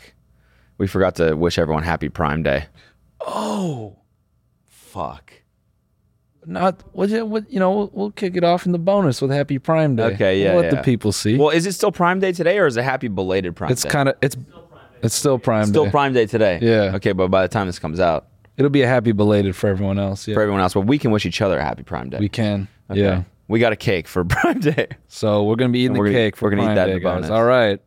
[SPEAKER 2] We forgot to wish everyone happy Prime Day.
[SPEAKER 1] oh,
[SPEAKER 2] Fuck.
[SPEAKER 1] not what, you- what you know, we'll, we'll kick it off in the bonus with Happy Prime Day.
[SPEAKER 2] Okay, yeah.
[SPEAKER 1] We'll let
[SPEAKER 2] yeah.
[SPEAKER 1] the people see.
[SPEAKER 2] Well, is it still Prime Day today, or is it Happy belated Prime
[SPEAKER 1] it's
[SPEAKER 2] Day?
[SPEAKER 1] kind of it's it's still Prime
[SPEAKER 2] still
[SPEAKER 1] Day.
[SPEAKER 2] Prime Day today.
[SPEAKER 1] Yeah.
[SPEAKER 2] Okay, but by the time this comes out,
[SPEAKER 1] It'll be a happy belated for everyone else. Yeah.
[SPEAKER 2] for everyone else, but we can wish each other a Happy Prime Day.
[SPEAKER 1] we can. Yeah.
[SPEAKER 2] We got a cake for Prime Day.
[SPEAKER 1] So we're gonna be eating
[SPEAKER 2] We're
[SPEAKER 1] the
[SPEAKER 2] gonna-
[SPEAKER 1] cake for
[SPEAKER 2] we're gonna eat
[SPEAKER 1] Prime
[SPEAKER 2] that in
[SPEAKER 1] Day,
[SPEAKER 2] the
[SPEAKER 1] guys.
[SPEAKER 2] bonus.
[SPEAKER 1] All right.